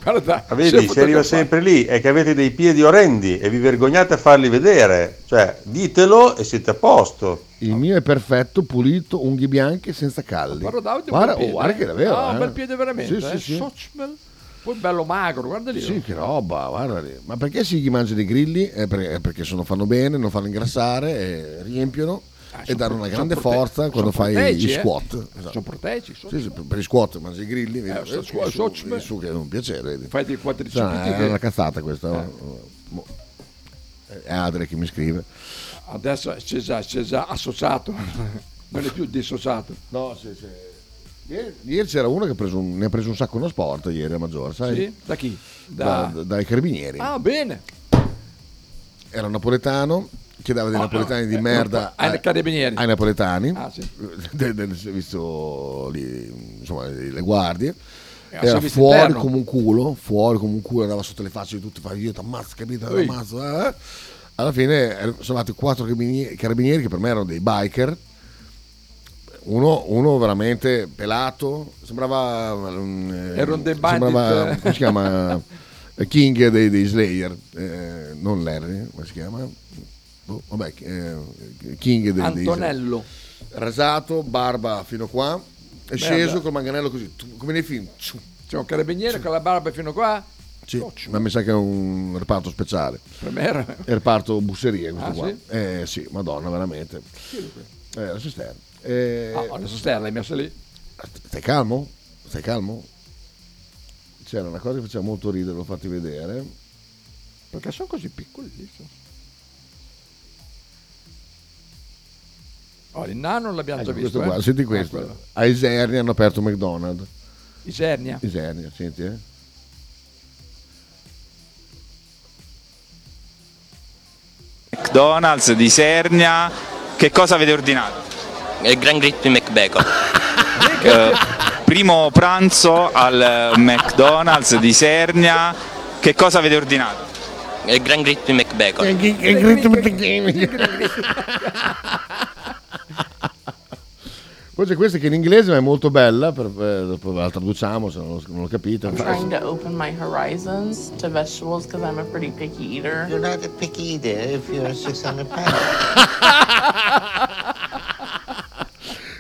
Speaker 2: Guarda,
Speaker 7: Ma vedi, si arriva sempre lì, è che avete dei piedi orrendi e vi vergognate a farli vedere. Cioè, ditelo e siete a posto.
Speaker 11: Il mio è perfetto, pulito, unghie bianche e senza calli.
Speaker 2: Guarda, Davide, un bel
Speaker 11: guarda, oh,
Speaker 2: piede.
Speaker 11: guarda che era vero.
Speaker 2: Ah, un
Speaker 11: eh.
Speaker 2: bel piede veramente.
Speaker 11: Sì,
Speaker 2: eh.
Speaker 11: sì, sì.
Speaker 2: Sochmel. Poi bello magro, guarda lì.
Speaker 11: Sì,
Speaker 2: oh.
Speaker 11: che roba, guarda lì. Ma perché si gli mangia dei grilli? È per- è perché sono, fanno bene, non fanno ingrassare, eh, riempiono
Speaker 2: Ah,
Speaker 11: e danno una
Speaker 2: sono
Speaker 11: grande
Speaker 2: prote-
Speaker 11: forza
Speaker 2: sono
Speaker 11: quando fai
Speaker 2: proteici,
Speaker 11: gli
Speaker 2: eh.
Speaker 11: squat. Esatto.
Speaker 2: Sono proteici, sono-
Speaker 11: Sì, sì, per per gli squat mangi i grilli, vedi,
Speaker 2: sono
Speaker 11: eh,
Speaker 2: squat-
Speaker 11: su-
Speaker 2: sono-
Speaker 11: vedi su che è un piacere. vedi.
Speaker 2: Fai dei quadricipiti
Speaker 11: Cioè,
Speaker 2: che- Eh.
Speaker 11: È una cazzata questa. oh, Mo- È Adre che mi scrive.
Speaker 2: Adesso c'è già, c'è già associato, non è più dissociato.
Speaker 11: No, sì, sì. Ieri, ieri c'era uno che ha preso un- ne ha preso un sacco uno sport ieri a Maggiore, sai?
Speaker 2: Sì? Da chi?
Speaker 11: Da-
Speaker 2: Da-
Speaker 11: dai carabinieri.
Speaker 2: Ah, bene.
Speaker 11: Era napoletano, chiedeva dei
Speaker 2: Oh, no.
Speaker 11: napoletani di
Speaker 2: Eh,
Speaker 11: merda
Speaker 2: ai carabinieri.
Speaker 11: ai napoletani,
Speaker 2: Ah, sì.
Speaker 11: del- del servizio lì, insomma, le guardie.
Speaker 2: Eh,
Speaker 11: Era
Speaker 2: servizio
Speaker 11: fuori
Speaker 2: interno.
Speaker 11: come un culo, fuori come un culo, andava sotto le facce di tutti, fa io ti ammazzo, capito?
Speaker 2: Ui.
Speaker 11: T'ammazzo, eh?" Alla fine eh, sono andati quattro carabinieri, carabinieri che per me erano dei biker, uno, uno veramente pelato, sembrava... mm, eh,
Speaker 2: Era un The
Speaker 11: Sembrava,
Speaker 2: Bandit.
Speaker 11: come si Eh, chiama? King dei, dei Slayer, eh, non Larry, come si chiama? boh, vabbè, eh, King del
Speaker 2: Antonello.
Speaker 11: diesel. Rasato, barba fino qua, è
Speaker 2: Beh,
Speaker 11: sceso
Speaker 2: vabbè.
Speaker 11: col manganello così, tu- come nei film.
Speaker 2: C'è un carabiniere con la barba fino qua.
Speaker 11: Sì, ma mi sa che è un reparto speciale.
Speaker 2: Per me era-
Speaker 11: È reparto busserie questo
Speaker 2: Ah,
Speaker 11: qua.
Speaker 2: sì?
Speaker 11: Eh sì, madonna, veramente. Eh, adesso Stern. Eh,
Speaker 2: Ah, adesso Stern l'hai messa lì.
Speaker 11: Stai calmo? Stai calmo? C'era una cosa che faceva molto ridere, l'ho fatti vedere.
Speaker 2: Perché sono così piccoli? Oh, il nano l'abbiamo già visto.
Speaker 11: Ecco, questo qua,
Speaker 2: eh.
Speaker 11: senti
Speaker 2: Ah,
Speaker 11: questo.
Speaker 2: quello.
Speaker 11: a Isernia hanno aperto un McDonald's.
Speaker 2: Isernia.
Speaker 11: Isernia, senti eh.
Speaker 15: McDonald's di Sernia. Che cosa avete ordinato? Il Eh, Grand Grip McBacon. Eh, primo pranzo al eh, McDonald's di Sernia. Che cosa avete ordinato? Il Eh, Grand Grip McBacon.
Speaker 11: Poi c'è questa che in inglese ma è molto bella, per, eh, poi la traduciamo se non lo, non lo capite.
Speaker 16: I'm trying to open my horizons to vegetables because I'm a pretty picky eater. You're not a picky eater if you're 600 pounds.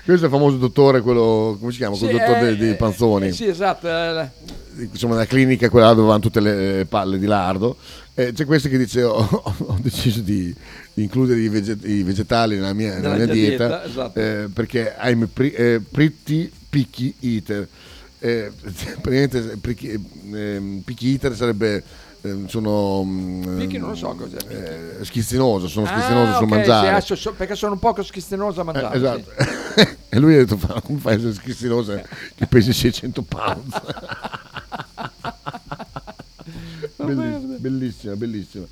Speaker 11: Questo è il famoso dottore, quello, come si chiama? Quel
Speaker 2: Sì,
Speaker 11: dottore
Speaker 2: eh,
Speaker 11: dei, dei panzoni.
Speaker 2: eh, sì, esatto. eh,
Speaker 11: Insomma, nella clinica quella dove vanno tutte le palle di lardo. Eh, c'è questo che dice: Ho, ho deciso di, di includere i, veget- i vegetali nella mia, nella
Speaker 2: Nella
Speaker 11: mia
Speaker 2: mia
Speaker 11: dieta,
Speaker 2: dieta, esatto.
Speaker 11: eh, perché I'm a pre- eh, pretty picky eater. Eh, praticamente, picky, ehm, picky eater sarebbe. ehm, sono mm,
Speaker 2: Picchi non lo so cos'è.
Speaker 11: eh, schizzinoso, sono schizzinoso
Speaker 2: Ah,
Speaker 11: sul
Speaker 2: ok,
Speaker 11: mangiare.
Speaker 2: sì, adesso so- perché sono un poco schizzinoso a mangiare.
Speaker 11: Eh, esatto. e lui ha detto: "Fa- Come fai a essere schizzinosa che pesi 600 pounds? Belliss- bellissima, bellissima.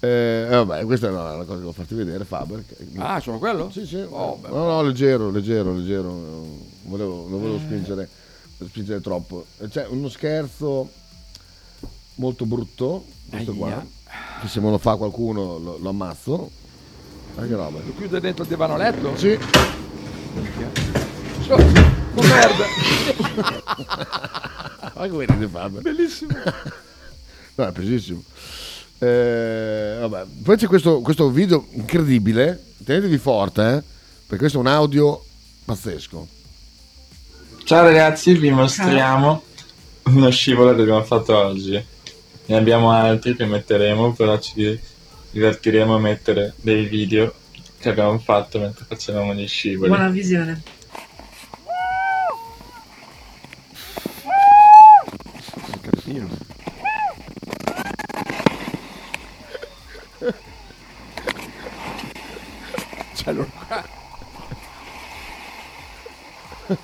Speaker 11: Eh, vabbè, questa è una, una cosa che devo farti vedere, Faber. che-
Speaker 2: sì. Ah, sono quello?
Speaker 11: Sì, sì.
Speaker 2: Oh, beh,
Speaker 11: No, no, leggero, leggero, leggero. Volevo, lo
Speaker 2: Eh.
Speaker 11: volevo spingere, spingere troppo. Eh, C'è uno scherzo molto brutto, questo qua,
Speaker 2: Aia.
Speaker 11: che se me lo fa qualcuno lo, lo ammazzo. Ma che roba.
Speaker 2: lo chiude dentro il divano letto?
Speaker 11: Sì.
Speaker 2: So, oh, merda.
Speaker 11: Ma come ride Faber?
Speaker 2: Bellissimo.
Speaker 11: No, è pesissimo. Eh, vabbè. Poi c'è questo, questo video incredibile, tenetevi forte, eh, perché questo è un audio pazzesco.
Speaker 17: Ciao ragazzi, vi mostriamo uno scivolo che abbiamo fatto oggi. Ne abbiamo altri che metteremo, però ci divertiremo a mettere dei video che abbiamo fatto mentre facevamo gli scivoli.
Speaker 18: visione.
Speaker 2: Cioè, loro qua.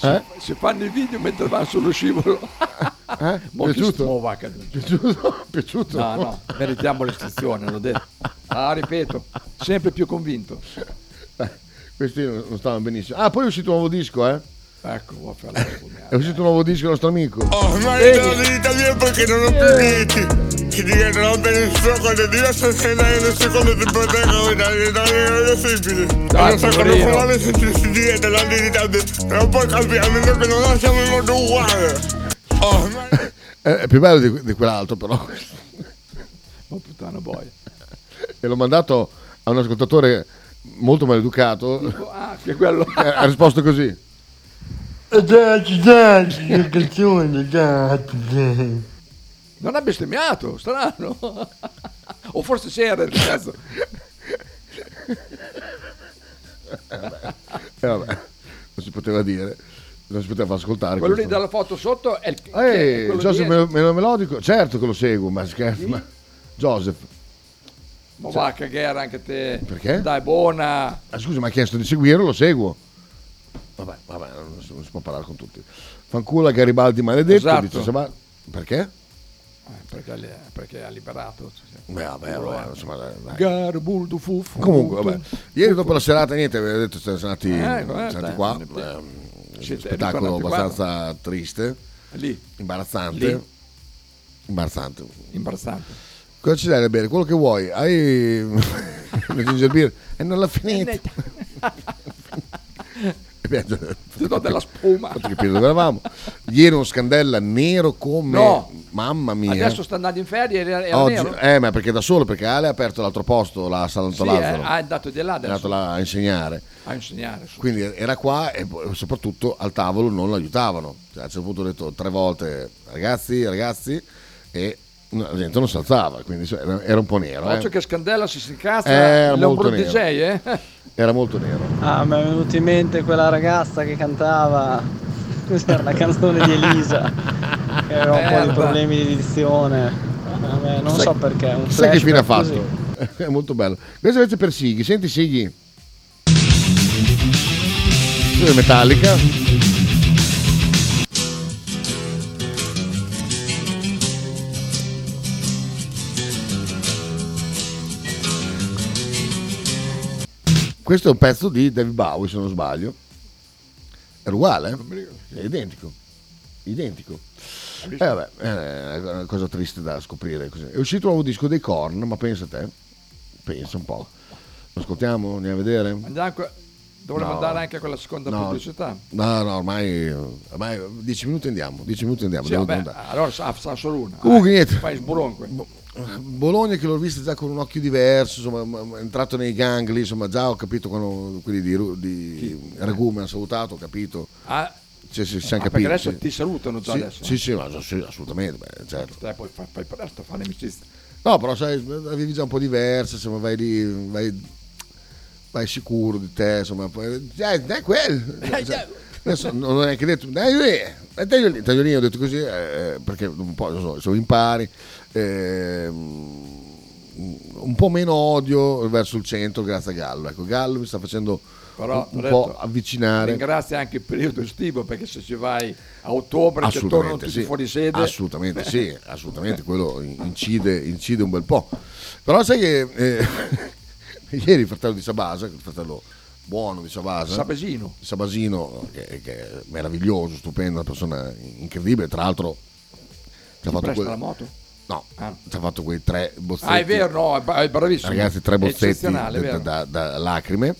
Speaker 11: Eh?
Speaker 2: Si fanno i video mentre vanno sullo scivolo.
Speaker 11: Eh?
Speaker 2: Mo' chi
Speaker 11: Piaciuto?
Speaker 2: sto, va, cazzo.
Speaker 11: Piaciuto? Piaciuto?
Speaker 2: No, no, meritiamo l'iscrizione, l'ho detto. Ah, ripeto, sempre più convinto.
Speaker 11: Questi non non stavano benissimo. Ah, poi è uscito un nuovo disco, eh?
Speaker 2: Ecco, vuoi fare
Speaker 11: È uscito un nuovo disco del nostro amico.
Speaker 19: Ormai te lo dita via perché non ho più niente Ti dico che non te ne so quando ti lascio se dai non so come ti proteggo Dai, dai, dai, non è facile
Speaker 2: Dai,
Speaker 19: Non so come
Speaker 2: poverino.
Speaker 19: provare se ti si dice la verità Non puoi capire, a meno che non lasciamo il mondo uguale Ormai
Speaker 11: È, è più bello di, di quell'altro, però.
Speaker 2: Oh, puttana boia.
Speaker 11: e l'ho mandato a un ascoltatore molto maleducato.
Speaker 2: ah, che quello.
Speaker 11: Eh, ha risposto così.
Speaker 19: Dai, dai, che canzone, dai
Speaker 2: Non ha bestemmiato, strano. o forse c'era il cazzo.
Speaker 11: E vabbè, non si poteva dire, non si poteva far ascoltare.
Speaker 2: quello lì
Speaker 11: questo.
Speaker 2: dalla foto sotto è il è
Speaker 11: Ah, Eh,
Speaker 2: quello
Speaker 11: Joseph
Speaker 2: lì è-
Speaker 11: Mel- Mel- Melodico, certo che lo seguo, ma scherzo. Ma... Joseph,
Speaker 2: Ma va che era anche te.
Speaker 11: Perché?
Speaker 2: Dai, buona.
Speaker 11: ah, scusa, mi ha chiesto di seguirlo, lo seguo. Vabbè, vabbè, non si, non si può parlare con tutti. Fanculo a Garibaldi maledetto,
Speaker 2: Esatto.
Speaker 11: dice Sabà- Perché?
Speaker 2: Eh, Perché, li- perché ha liberato. cioè,
Speaker 11: Beh, vabbè, vabbè, insomma, dai, dai.
Speaker 2: Garbuldo fufu.
Speaker 11: Comunque, vabbè. Ieri dopo la serata, niente, vi ho detto, siamo andati,
Speaker 2: Eh,
Speaker 11: siamo
Speaker 2: guarda,
Speaker 11: andati qua.
Speaker 2: eh,
Speaker 11: ehm,
Speaker 2: siete
Speaker 11: spettacolo
Speaker 2: ritornati qua,
Speaker 11: abbastanza triste.
Speaker 2: Lì.
Speaker 11: Imbarazzante.
Speaker 2: Lì.
Speaker 11: Imbarazzante.
Speaker 2: Imbarazzante.
Speaker 11: Cosa ci dai da bere? Quello che vuoi. Hai la ginger beer? E non l'ha
Speaker 2: Eh,
Speaker 11: finita. Ti
Speaker 2: do della spuma.
Speaker 11: capire dove eravamo. Ieri uno scandella nero come...
Speaker 2: No,
Speaker 11: Mamma mia.
Speaker 2: Adesso sta andando in ferie, era, era
Speaker 11: eh. Oggi-
Speaker 2: nero.
Speaker 11: eh, ma perché da solo? Perché Ale ha aperto l'altro posto, la
Speaker 2: Sì,
Speaker 11: Santo
Speaker 2: eh,
Speaker 11: Lazzaro.
Speaker 2: ah, è andato di là
Speaker 11: è andato
Speaker 2: adesso
Speaker 11: là a insegnare.
Speaker 2: a insegnare. su.
Speaker 11: Quindi era qua e poi soprattutto al tavolo non lo aiutavano. Cioè, a un certo punto ho detto tre volte ragazzi, ragazzi, e la gente non si alzava, quindi so- era era un po' nero.
Speaker 2: Occhio
Speaker 11: eh.
Speaker 2: che scandella si si incazza,
Speaker 11: Era
Speaker 2: il
Speaker 11: molto
Speaker 2: lavoro di
Speaker 11: nero.
Speaker 2: sei, eh?
Speaker 11: Era molto nero.
Speaker 6: Ah, mi è venuta in mente quella ragazza che cantava. Questa era la canzone di Elisa. che aveva un po'
Speaker 11: Merda.
Speaker 6: di problemi di dizione. A me non
Speaker 11: Sai-
Speaker 6: so perché. Un
Speaker 11: Sai che fine ha
Speaker 6: flashback
Speaker 11: fatto?
Speaker 6: così.
Speaker 11: È molto bello. Questo invece per Sighi. Senti Sighi. Questa è Metallica. Questo è un pezzo di David Bowie, se non sbaglio. Era uguale?
Speaker 2: Non mi ricordo.
Speaker 11: eh? È identico. Identico.
Speaker 2: Hai
Speaker 11: Eh,
Speaker 2: visto?
Speaker 11: vabbè, eh, è una cosa triste da scoprire. così. È uscito un nuovo disco dei Korn, ma pensa te. Pensa un po'. Lo ascoltiamo? Andiamo a vedere?
Speaker 2: Andiamo que- dovremmo
Speaker 11: No.
Speaker 2: andare anche con la seconda
Speaker 11: No.
Speaker 2: pubblicità.
Speaker 11: No, no, ormai, ormai 10 minuti andiamo. 10 minuti andiamo.
Speaker 2: Sì,
Speaker 11: devo-
Speaker 2: vabbè,
Speaker 11: devo andare.
Speaker 2: allora sa, sa solo una.
Speaker 11: Comunque,
Speaker 2: Dai,
Speaker 11: niente. Boh.
Speaker 2: Fai sbronque.
Speaker 11: Bologna che l'ho vista già con un occhio diverso, insomma, m- m- è entrato nei gangli, insomma, già ho capito quando quelli di, Ru- di Ragù mi hanno salutato, ho capito.
Speaker 2: Ah,
Speaker 11: Cioè, sì, siamo
Speaker 2: ah, perché
Speaker 11: capiti,
Speaker 2: adesso
Speaker 11: sì.
Speaker 2: ti salutano già
Speaker 11: Sì,
Speaker 2: adesso.
Speaker 11: Sì, sì, ma, sì, assolutamente, beh, certo.
Speaker 2: Dai, poi fai, fai presto a fare amicizia.
Speaker 11: No, però sai, la vivi già un po' diversa, insomma, vai lì, vai, vai sicuro di te, insomma, poi, dai, dai quello.
Speaker 2: Eh,
Speaker 11: Cioè, adesso non è che detto, dai lì, eh, dai lì, dai lì, ho detto così, eh, perché un po', non so, se lo impari, ehm, un po' meno odio verso il centro grazie a Gallo, ecco, Gallo mi sta facendo
Speaker 2: Però,
Speaker 11: un, un
Speaker 2: detto,
Speaker 11: po' avvicinare.
Speaker 2: Ringrazia anche il periodo estivo perché se ci vai a ottobre che tornano
Speaker 11: Assolutamente
Speaker 2: tutti
Speaker 11: sì.
Speaker 2: fuori sede.
Speaker 11: Assolutamente sì, assolutamente, quello in- incide, incide un bel po'. Però sai che eh, ieri il fratello di Sabasa, il fratello buono di Sabasa,
Speaker 2: Sabasino.
Speaker 11: Sabasino, che, che è meraviglioso, stupendo, una persona incredibile, tra l'altro ci ha fatto
Speaker 2: presta
Speaker 11: quel-
Speaker 2: la moto?
Speaker 11: No, ci ha fatto quei tre bozzetti.
Speaker 2: Ah, è vero, no, è bra- è bravissimo.
Speaker 11: Ragazzi, tre bozzetti
Speaker 2: Eccezionale, è
Speaker 11: da,
Speaker 2: vero.
Speaker 11: da- da lacrime.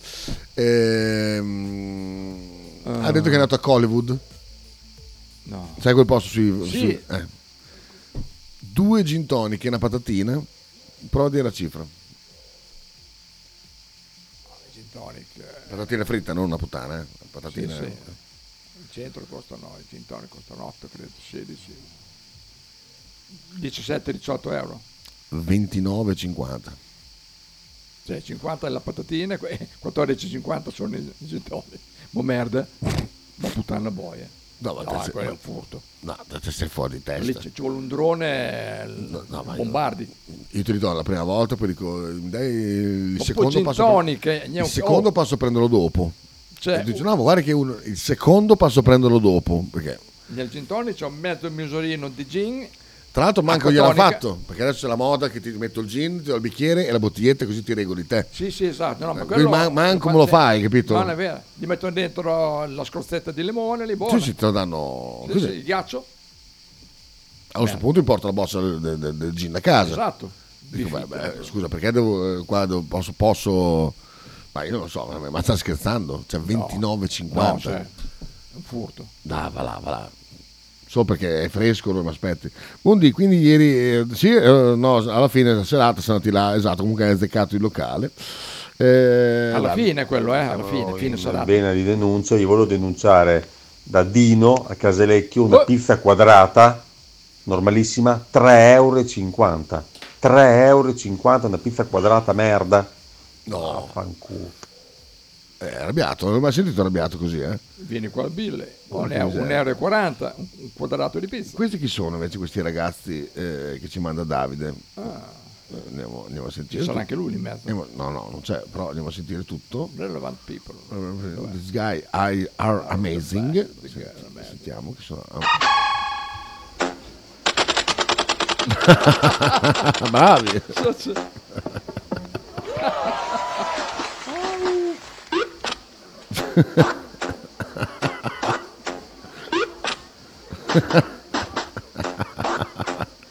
Speaker 11: Ehm,
Speaker 2: Ah.
Speaker 11: Ha detto che è nato a Hollywood.
Speaker 2: No.
Speaker 11: Sai quel posto sui...
Speaker 2: Sì.
Speaker 11: sui- eh. Due gin tonic e una patatina. Prova a dire la cifra.
Speaker 2: Gin tonic, eh,
Speaker 11: Patatina fritta, non una puttana. eh. Patatina...
Speaker 2: Sì, sì. Il centro costano, i gin tonic costano 8, credo, 16. 17-18 euro.
Speaker 11: 29,50.
Speaker 2: Cioè 50 è la patatina, que- 14,50 sono i i gin tonic. Mo merda, ma puttana boia.
Speaker 11: No, ma te-
Speaker 2: quello è
Speaker 11: ma-
Speaker 2: un furto.
Speaker 11: No, te sei fuori di
Speaker 2: Lì
Speaker 11: testa.
Speaker 2: ci ci vuole un drone, l- bombardi.
Speaker 11: Io ti ritorno la prima volta, poi dico... Dai, il
Speaker 2: Ma
Speaker 11: secondo
Speaker 2: poi
Speaker 11: passo...
Speaker 2: gin
Speaker 11: a
Speaker 2: tonic,
Speaker 11: pre-
Speaker 2: eh,
Speaker 11: il
Speaker 2: neanche-
Speaker 11: secondo
Speaker 2: oh.
Speaker 11: passo a prenderlo dopo.
Speaker 2: Cioè,
Speaker 11: E tu dici, no, ma guarda che uno- il secondo passo a prenderlo dopo. Perché...
Speaker 2: Nel gin tonic c'è un mezzo misurino di gin.
Speaker 11: Tra l'altro manco
Speaker 2: Acqua
Speaker 11: gliel'ha
Speaker 2: tonica.
Speaker 11: fatto, perché adesso c'è la moda che ti metto il gin, ti do il bicchiere e la bottiglietta così ti regoli te.
Speaker 2: Sì, sì, esatto. No, ma
Speaker 11: Eh,
Speaker 2: quello,
Speaker 11: quindi man- manco me lo fai, capito?
Speaker 2: Non è vero. Gli metto dentro la scorzetta di limone, lì buona.
Speaker 11: Sì, sì, te lo danno
Speaker 2: Sì,
Speaker 11: così.
Speaker 2: sì, il ghiaccio.
Speaker 11: A questo punto mi porto la bozza del, del- del- del gin a casa.
Speaker 2: Certo. Esatto.
Speaker 11: Ah, Dico, beh, beh, scusa, perché devo, eh, qua devo- posso, posso- Ma io non lo so, ma, ma sta scherzando? Cioè 29,50.
Speaker 2: No, cioè, è un furto.
Speaker 11: Dai, va là, va là. Solo perché è fresco, non mi aspetti. Bondi, quindi ieri, eh, sì, eh, no, alla fine della serata sono andati là, esatto, comunque hai azzeccato il locale. Eh, Oh,
Speaker 2: Alla
Speaker 11: dai,
Speaker 2: fine quello, eh, alla fine, fine
Speaker 7: Una
Speaker 2: sarà.
Speaker 7: bena di denuncia, io volevo denunciare da Dino a Caselecchio
Speaker 2: Oh.
Speaker 7: una pizza quadrata normalissima 3,50 euro. 3,50 euro una pizza quadrata merda.
Speaker 2: Oh.
Speaker 11: No,
Speaker 7: fanculo.
Speaker 11: È arrabbiato, non l'ho mai sentito arrabbiato così, eh?
Speaker 2: Vieni qua al bille, un
Speaker 11: Porca
Speaker 2: euro,
Speaker 11: Oh, miseria.
Speaker 2: un euro e 40, un un quadrato di pizza.
Speaker 11: Questi chi sono invece questi ragazzi eh, che ci manda Davide?
Speaker 2: Ah.
Speaker 11: Eh, Andiamo, andiamo a sentire.
Speaker 2: Ci sarà
Speaker 11: tutto.
Speaker 2: anche lui in mezzo.
Speaker 11: Andiamo- no, no, non c'è, però andiamo a sentire tutto. Eh,
Speaker 2: Relevant people.
Speaker 11: This guy I are amazing. Sentiamo che sono. ah. Bravi.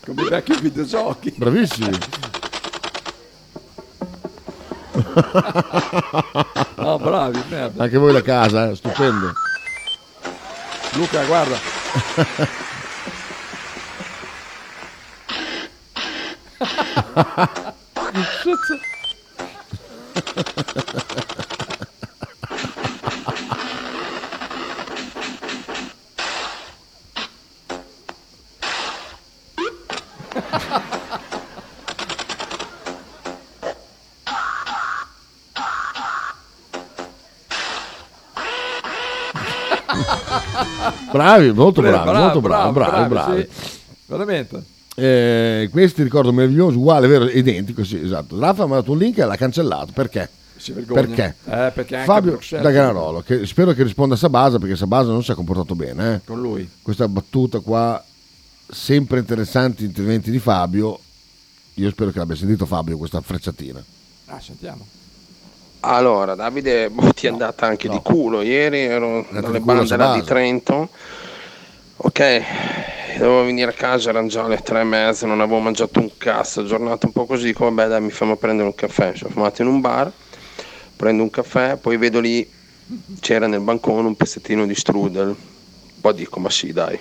Speaker 2: Come i vecchi videogiochi.
Speaker 11: Bravissimi.
Speaker 2: No, bravi, merda.
Speaker 11: Anche voi da casa, eh, stupendo.
Speaker 2: Luca, guarda.
Speaker 11: Bravi, molto
Speaker 2: Bra-
Speaker 11: bravi, molto bravi, bravi, bravi.
Speaker 2: sì. Veramente.
Speaker 11: Eh, questo ricordo meraviglioso, uguale, vero, identico, sì, esatto. Rafa mi ha mandato un link e l'ha cancellato, perché?
Speaker 2: Si vergogna.
Speaker 11: Perché?
Speaker 2: Eh, perché anche a
Speaker 11: Fabio
Speaker 2: Bruxelles-
Speaker 11: da Granarolo, che spero che risponda a Sabasa perché Sabasa non si è comportato bene. eh.
Speaker 2: Con lui.
Speaker 11: Questa battuta qua, sempre interessanti interventi di Fabio, io spero che l'abbia sentito Fabio questa frecciatina.
Speaker 2: Ah, sentiamo.
Speaker 6: Allora, Davide, boh, ti è andata anche di culo. Ieri ero
Speaker 11: di
Speaker 6: dalle
Speaker 11: culo
Speaker 6: bande
Speaker 11: a
Speaker 6: là
Speaker 11: Sabasa.
Speaker 6: di Trento. Ok, dovevo venire a casa, erano già le tre e mezza, non avevo mangiato un cazzo, giornata un po' così, dico vabbè dai mi fermo a prendere un caffè, sono fermato in un bar, prendo un caffè, poi vedo lì, c'era nel bancone un pezzettino di strudel, poi dico ma sì dai,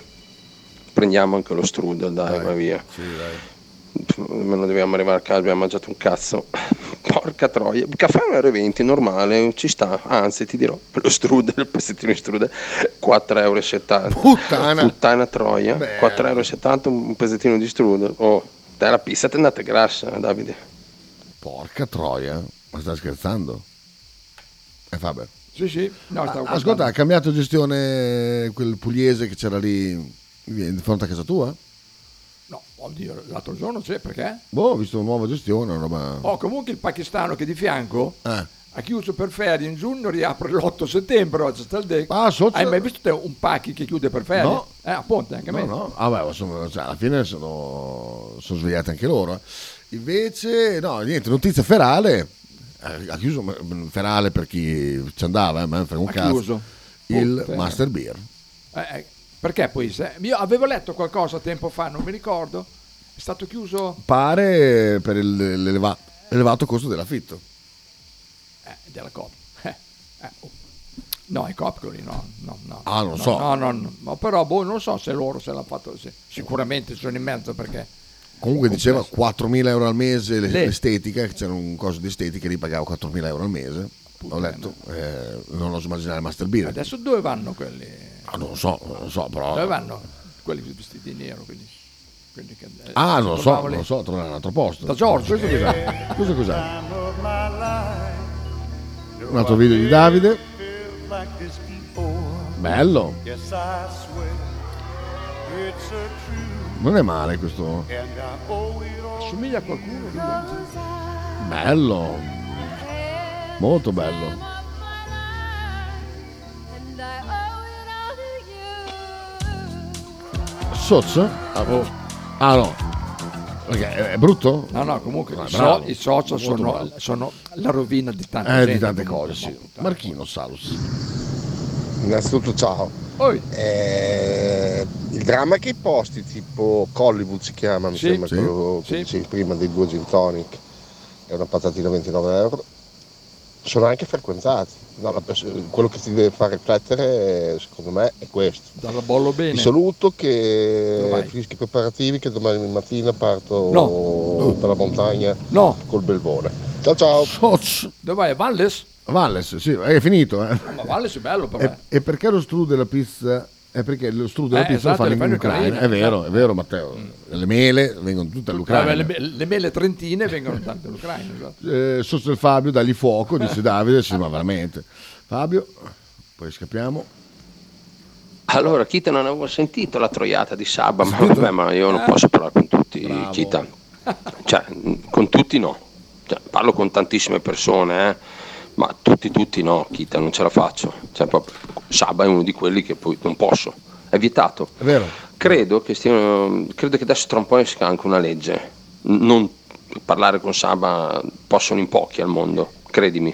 Speaker 6: prendiamo anche lo strudel, dai, va via. Me lo dovevamo arrivare a casa, abbiamo mangiato un cazzo. Porca troia, il caffè è 1,20 normale, ci sta, anzi ti dirò, lo strudel, il pezzettino di strudel, 4,70 euro.
Speaker 11: Puttana!
Speaker 6: Ah, troia,
Speaker 11: Beh.
Speaker 6: 4,70 euro un pezzettino di strudel. Oh, dai la pizza, ti è andata grassa, eh, Davide.
Speaker 11: Porca troia, ma stai scherzando? E Fabio.
Speaker 2: Sì, sì. No, stavo
Speaker 11: Ah, Ascolta, ha cambiato gestione quel pugliese che c'era lì di fronte a casa tua?
Speaker 2: No, oddio, l'altro giorno c'è, perché?
Speaker 11: Boh, ho visto una nuova gestione, una roba...
Speaker 2: Oh, comunque il pakistano che è di fianco
Speaker 11: Eh.
Speaker 2: ha chiuso per ferie in giugno, riapre l'8 settembre. Oggi sta il deck.
Speaker 11: sotto-
Speaker 2: Hai mai visto te un pacchi che chiude per ferie?
Speaker 11: Ah, No.
Speaker 2: Eh, appunto, anche
Speaker 11: No,
Speaker 2: me.
Speaker 11: no, ah, beh, ma sono- cioè, alla fine sono, sono svegliati anche loro. eh. Invece, no, niente, notizia Ferale, eh, ha chiuso mm, Ferale per chi ci andava, eh, ma non frega un
Speaker 2: Ha
Speaker 11: cazzo,
Speaker 2: chiuso. Boh,
Speaker 11: il
Speaker 2: Puttana.
Speaker 11: Master Beer.
Speaker 2: Eh, eh, perché poi? se- io avevo letto qualcosa tempo fa, non mi ricordo. È stato chiuso
Speaker 11: Pare per il- l'eleva- l'elevato costo dell'affitto.
Speaker 2: eh, della COP. Eh, eh, oh. No, i COP quelli no, no, no.
Speaker 11: Ah, non
Speaker 2: No,
Speaker 11: so.
Speaker 2: No, no, no. Ma però boh, non so se loro se l'hanno fatto. se- sicuramente sono in mezzo perché.
Speaker 11: Comunque diceva
Speaker 2: complesso.
Speaker 11: 4.000 euro al mese l-
Speaker 2: Lì.
Speaker 11: l'estetica, che c'era un coso di estetica, lì pagavo 4.000 euro al mese. Ho letto, eh, non oso immaginare Master Beer.
Speaker 2: Adesso dove vanno quelli?
Speaker 11: Ah, non lo so, non lo so, però...
Speaker 2: Dove vanno quelli vestiti di nero? Quelli, quelli che, eh,
Speaker 11: Ah, non lo so,
Speaker 2: trovavo
Speaker 11: non
Speaker 2: lì.
Speaker 11: lo so, Eh, trovare un altro posto.
Speaker 2: Da Giorgio.
Speaker 11: Questo cos'è? Questo cos'è? Un altro video di Davide. Bello. Non è male questo.
Speaker 2: Assomiglia a qualcuno.
Speaker 11: Bello. Molto bello. Sozzo? Ah,
Speaker 2: oh.
Speaker 11: Ah, no. Ok, è è brutto?
Speaker 2: No, no, comunque
Speaker 11: Ah,
Speaker 2: i, so-
Speaker 11: bravo.
Speaker 2: i social
Speaker 11: Molto
Speaker 2: sono,
Speaker 11: bravo.
Speaker 2: sono la rovina di tante,
Speaker 11: Eh,
Speaker 2: gente,
Speaker 11: di tante
Speaker 2: comunque.
Speaker 11: cose, sì. Marchino Salus.
Speaker 15: Innanzitutto ciao.
Speaker 2: Oi.
Speaker 15: Eh, il dramma è che i posti tipo Hollywood si chiama, mi
Speaker 11: Sì,
Speaker 15: sembra
Speaker 11: sì,
Speaker 15: quello che dicevi prima dei due gin tonic e una patatina 29 euro, sono anche frequentati. No, la pers- quello che ti deve far riflettere eh, secondo me è questo.
Speaker 2: Dalla bollo bene.
Speaker 15: Vi saluto che
Speaker 2: Dove vai?
Speaker 15: finisco i preparativi che domani mattina parto per la montagna col Belvone. Ciao ciao!
Speaker 2: Dov'è? Valles?
Speaker 11: Valles, sì, è finito, eh.
Speaker 2: Ma Valles è bello però.
Speaker 11: E, e perché lo strudel della pizza? È perché lo strudel della
Speaker 2: Eh,
Speaker 11: pizza
Speaker 2: esatto,
Speaker 11: lo
Speaker 2: le
Speaker 11: fanno in
Speaker 2: fanno in
Speaker 11: Ucraina.
Speaker 2: Ucraina,
Speaker 11: È vero,
Speaker 2: esatto.
Speaker 11: è vero, Matteo. Le mele vengono tutte
Speaker 2: Vabbè,
Speaker 11: dall'Ucraina.
Speaker 2: le, le mele trentine vengono tanto dall'Ucraina. esatto.
Speaker 11: Eh, sotto il Fabio, dagli fuoco, dice Davide. Sì, ma veramente. Fabio, poi scappiamo.
Speaker 6: Allora, Kita, non avevo sentito la troiata di Sabba, Ah, ma vabbè, ma io non posso parlare con tutti, Kita. Cioè, mh, con tutti no. Cioè, parlo con tantissime persone, eh, ma tutti, tutti no, Kita, non ce la faccio. Cioè, proprio, Sabba è uno di quelli che poi non posso, è vietato.
Speaker 11: È vero.
Speaker 6: Credo che, stiano, credo che adesso tra un po' esca anche una legge. N- Non parlare con Saba possono in pochi al mondo, credimi.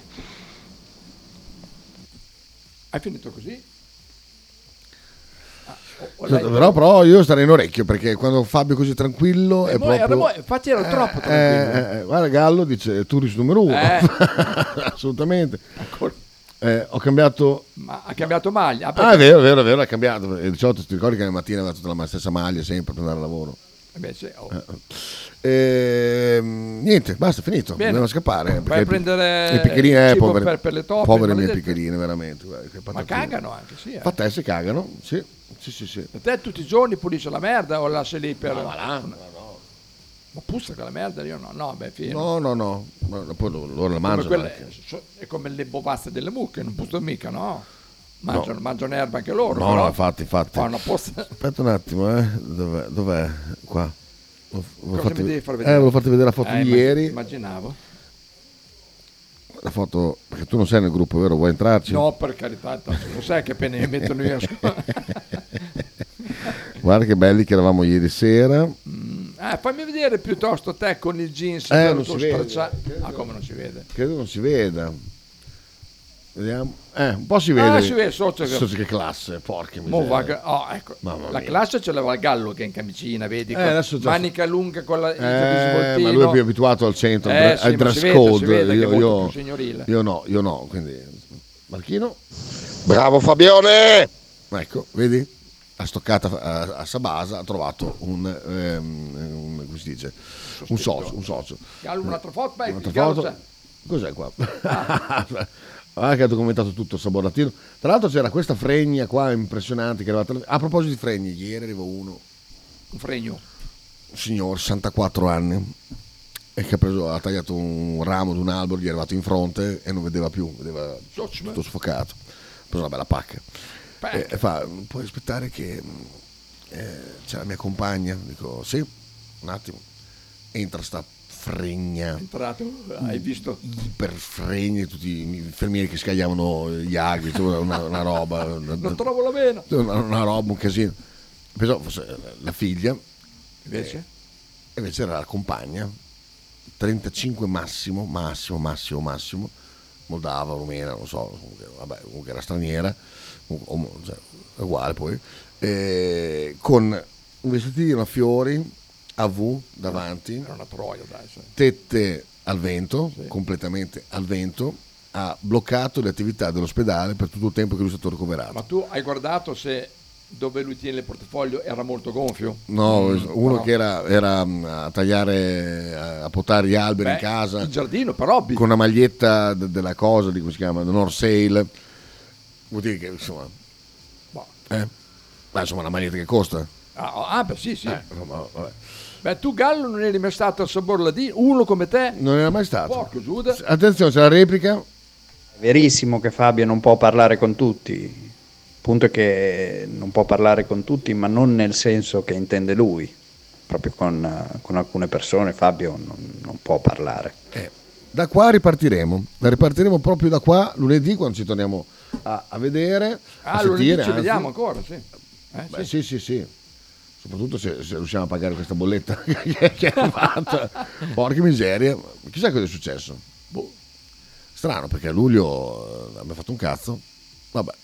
Speaker 2: Hai finito così? Ah, o- o lei-
Speaker 11: Esatto, però, però io starei in orecchio perché quando Fabio è così tranquillo è
Speaker 2: Eh, mo- era
Speaker 11: proprio...
Speaker 2: mo- infatti ero troppo
Speaker 11: Eh,
Speaker 2: tranquillo.
Speaker 11: eh, eh, guarda Gallo dice turist numero uno
Speaker 2: Eh.
Speaker 11: assolutamente Eh, ho cambiato
Speaker 2: Ma ha cambiato maglia.
Speaker 11: ah
Speaker 2: perché-
Speaker 11: è vero è vero è vero ha cambiato il 18 ti ricordi che la mattina aveva tutta la stessa maglia sempre per andare al lavoro
Speaker 2: Invece,
Speaker 11: eh,
Speaker 2: oh.
Speaker 11: Ehm, niente, basta, finito.
Speaker 2: Bene.
Speaker 11: Dobbiamo scappare.
Speaker 2: Vai a
Speaker 11: perché
Speaker 2: prendere
Speaker 11: le piccherine, eh,
Speaker 2: cibo
Speaker 11: povere,
Speaker 2: per- per le toppe,
Speaker 11: povere mie
Speaker 2: maledette.
Speaker 11: piccherine, veramente. guarda, che
Speaker 2: ma
Speaker 11: patatine.
Speaker 2: cagano anche, sì. eh.
Speaker 11: Fa te, si cagano. Sì, sì, sì. sì.
Speaker 2: Da te tutti i giorni pulisce la merda o lasci lì per... Ma, puzza quella merda, io no, no, beh, fino.
Speaker 11: No, no, no. Ma Poi loro loro la
Speaker 2: come
Speaker 11: mangiano.
Speaker 2: quelle-
Speaker 11: anche.
Speaker 2: so- è come le bovazze delle mucche, non puzzano mica, no? Mangiano, mangiano erba anche loro.
Speaker 11: No,
Speaker 2: però
Speaker 11: no, infatti, infatti.
Speaker 2: fanno apposta.
Speaker 11: Aspetta un attimo, eh. Dov'è? dov'è? Qua. Lo- lo
Speaker 2: Cosa
Speaker 11: fate-
Speaker 2: mi devi far
Speaker 11: eh,
Speaker 2: vedere?
Speaker 11: volevo farti vedere la foto
Speaker 2: Eh,
Speaker 11: di
Speaker 2: immag-
Speaker 11: ieri.
Speaker 2: Immaginavo.
Speaker 11: La foto, perché tu non sei nel gruppo, vero? Vuoi entrarci?
Speaker 2: No, per carità, tanto lo sai che appena mi mettono io a scuola.
Speaker 11: Guarda che belli che eravamo ieri sera.
Speaker 2: Ah, fammi vedere piuttosto te con il jeans
Speaker 11: Eh,
Speaker 2: bello
Speaker 11: non si
Speaker 2: tutto
Speaker 11: vede,
Speaker 2: stracciato. Ah, come non si vede?
Speaker 11: Credo non si veda. Vediamo. Eh, un po' si vede.
Speaker 2: Ah, si vede, socio che-
Speaker 11: Socio che classe, porca
Speaker 2: Mo
Speaker 11: miseria.
Speaker 2: va- oh, ecco,
Speaker 11: Mamma
Speaker 2: La
Speaker 11: mia.
Speaker 2: classe ce l'aveva il Gallo che è in camicina, vedi?
Speaker 11: Eh,
Speaker 2: con-
Speaker 11: adesso già-
Speaker 2: Manica lunga con la, il
Speaker 11: Eh,
Speaker 2: risvoltino.
Speaker 11: ma lui è più abituato al centro,
Speaker 2: Eh,
Speaker 11: al dra-
Speaker 2: sì,
Speaker 11: al
Speaker 2: ma
Speaker 11: dress
Speaker 2: si vede,
Speaker 11: code.
Speaker 2: si vede che è
Speaker 11: io,
Speaker 2: molto
Speaker 11: io-
Speaker 2: più signorile.
Speaker 11: io no, io no, quindi Marchino.
Speaker 7: Bravo
Speaker 2: Eh,
Speaker 7: Fabione!
Speaker 11: Ecco, vedi? A stoccata a, a Sabasa ha trovato un, ehm, un- come si dice? Un socio, un socio. Eh.
Speaker 2: Gallo, un'altra foto, beh, cioè.
Speaker 11: Un'altra
Speaker 2: il Gallo
Speaker 11: foto.
Speaker 2: c'è.
Speaker 11: Cos'è qua? Ah, che ha documentato tutto Saboratino. Tra l'altro c'era questa fregna qua impressionante che era alla tele- A proposito di fregni, ieri arrivò uno,
Speaker 2: un fregno.
Speaker 11: un signore, 64 anni, e che ha, preso- ha tagliato un ramo di un albero, gli è arrivato in fronte e non vedeva più, vedeva
Speaker 2: Socio,
Speaker 11: tutto sfocato. Ha preso una bella pacca. E, e fa, puoi aspettare che mh, eh, c'è la mia compagna? Dico, sì, un attimo. Entra sta fregna
Speaker 2: Entrato,
Speaker 11: Mm.
Speaker 2: hai visto?
Speaker 11: per fregni tutti gli infermieri che scagliavano gli aghi, cioè, una, una roba,
Speaker 2: Non
Speaker 11: una,
Speaker 2: trovo la vena.
Speaker 11: una- una roba, un casino. Pensavo fosse la figlia,
Speaker 2: Invece?
Speaker 11: e invece era la compagna, 35 massimo, massimo, massimo, massimo, moldava, rumena, non so, comunque, vabbè, comunque era straniera, comunque, o mo- cioè, uguale poi, eh, con un vestitino a fiori, a V davanti,
Speaker 2: Era una troia, dai. sai.
Speaker 11: tette al vento, completamente al vento, ha bloccato le attività dell'ospedale per tutto il tempo che lui è stato ricoverato.
Speaker 2: Ma tu hai guardato se dove lui tiene il portafoglio era molto gonfio?
Speaker 11: No,
Speaker 2: Mm, però-
Speaker 11: uno che era, era, mm, a tagliare, a a potare gli alberi in
Speaker 2: Beh,
Speaker 11: casa.
Speaker 2: il giardino, però, Bi-
Speaker 11: Con una maglietta de- della cosa, di come si chiama, North Sail. Vuol dire che, insomma... Eh? Ma insomma, una maglietta che costa.
Speaker 2: Ah, ah, beh, sì, sì.
Speaker 11: Eh, insomma, vabbè.
Speaker 2: Beh, tu Gallo non eri mai stato al Saborla di uno come te?
Speaker 11: Non era mai stato.
Speaker 2: Porco Giuda.
Speaker 11: Attenzione, c'è la replica.
Speaker 6: È verissimo che Fabio non può parlare con tutti. Il punto è che non può parlare con tutti, ma non nel senso che intende lui. Proprio con, eh, con alcune persone Fabio non, non può parlare.
Speaker 11: Eh, Da qua ripartiremo. Da ripartiremo proprio da qua lunedì quando ci torniamo a, a vedere.
Speaker 2: Ah,
Speaker 11: a
Speaker 2: lunedì
Speaker 11: sentire,
Speaker 2: ci
Speaker 11: anzi.
Speaker 2: vediamo ancora, sì. Eh,
Speaker 11: Beh, sì, sì, sì. Soprattutto se, se riusciamo a pagare questa bolletta che che è arrivata. Porca miseria. Chissà cosa è successo. Boh. Strano perché a luglio eh, abbiamo fatto un cazzo. Vabbè,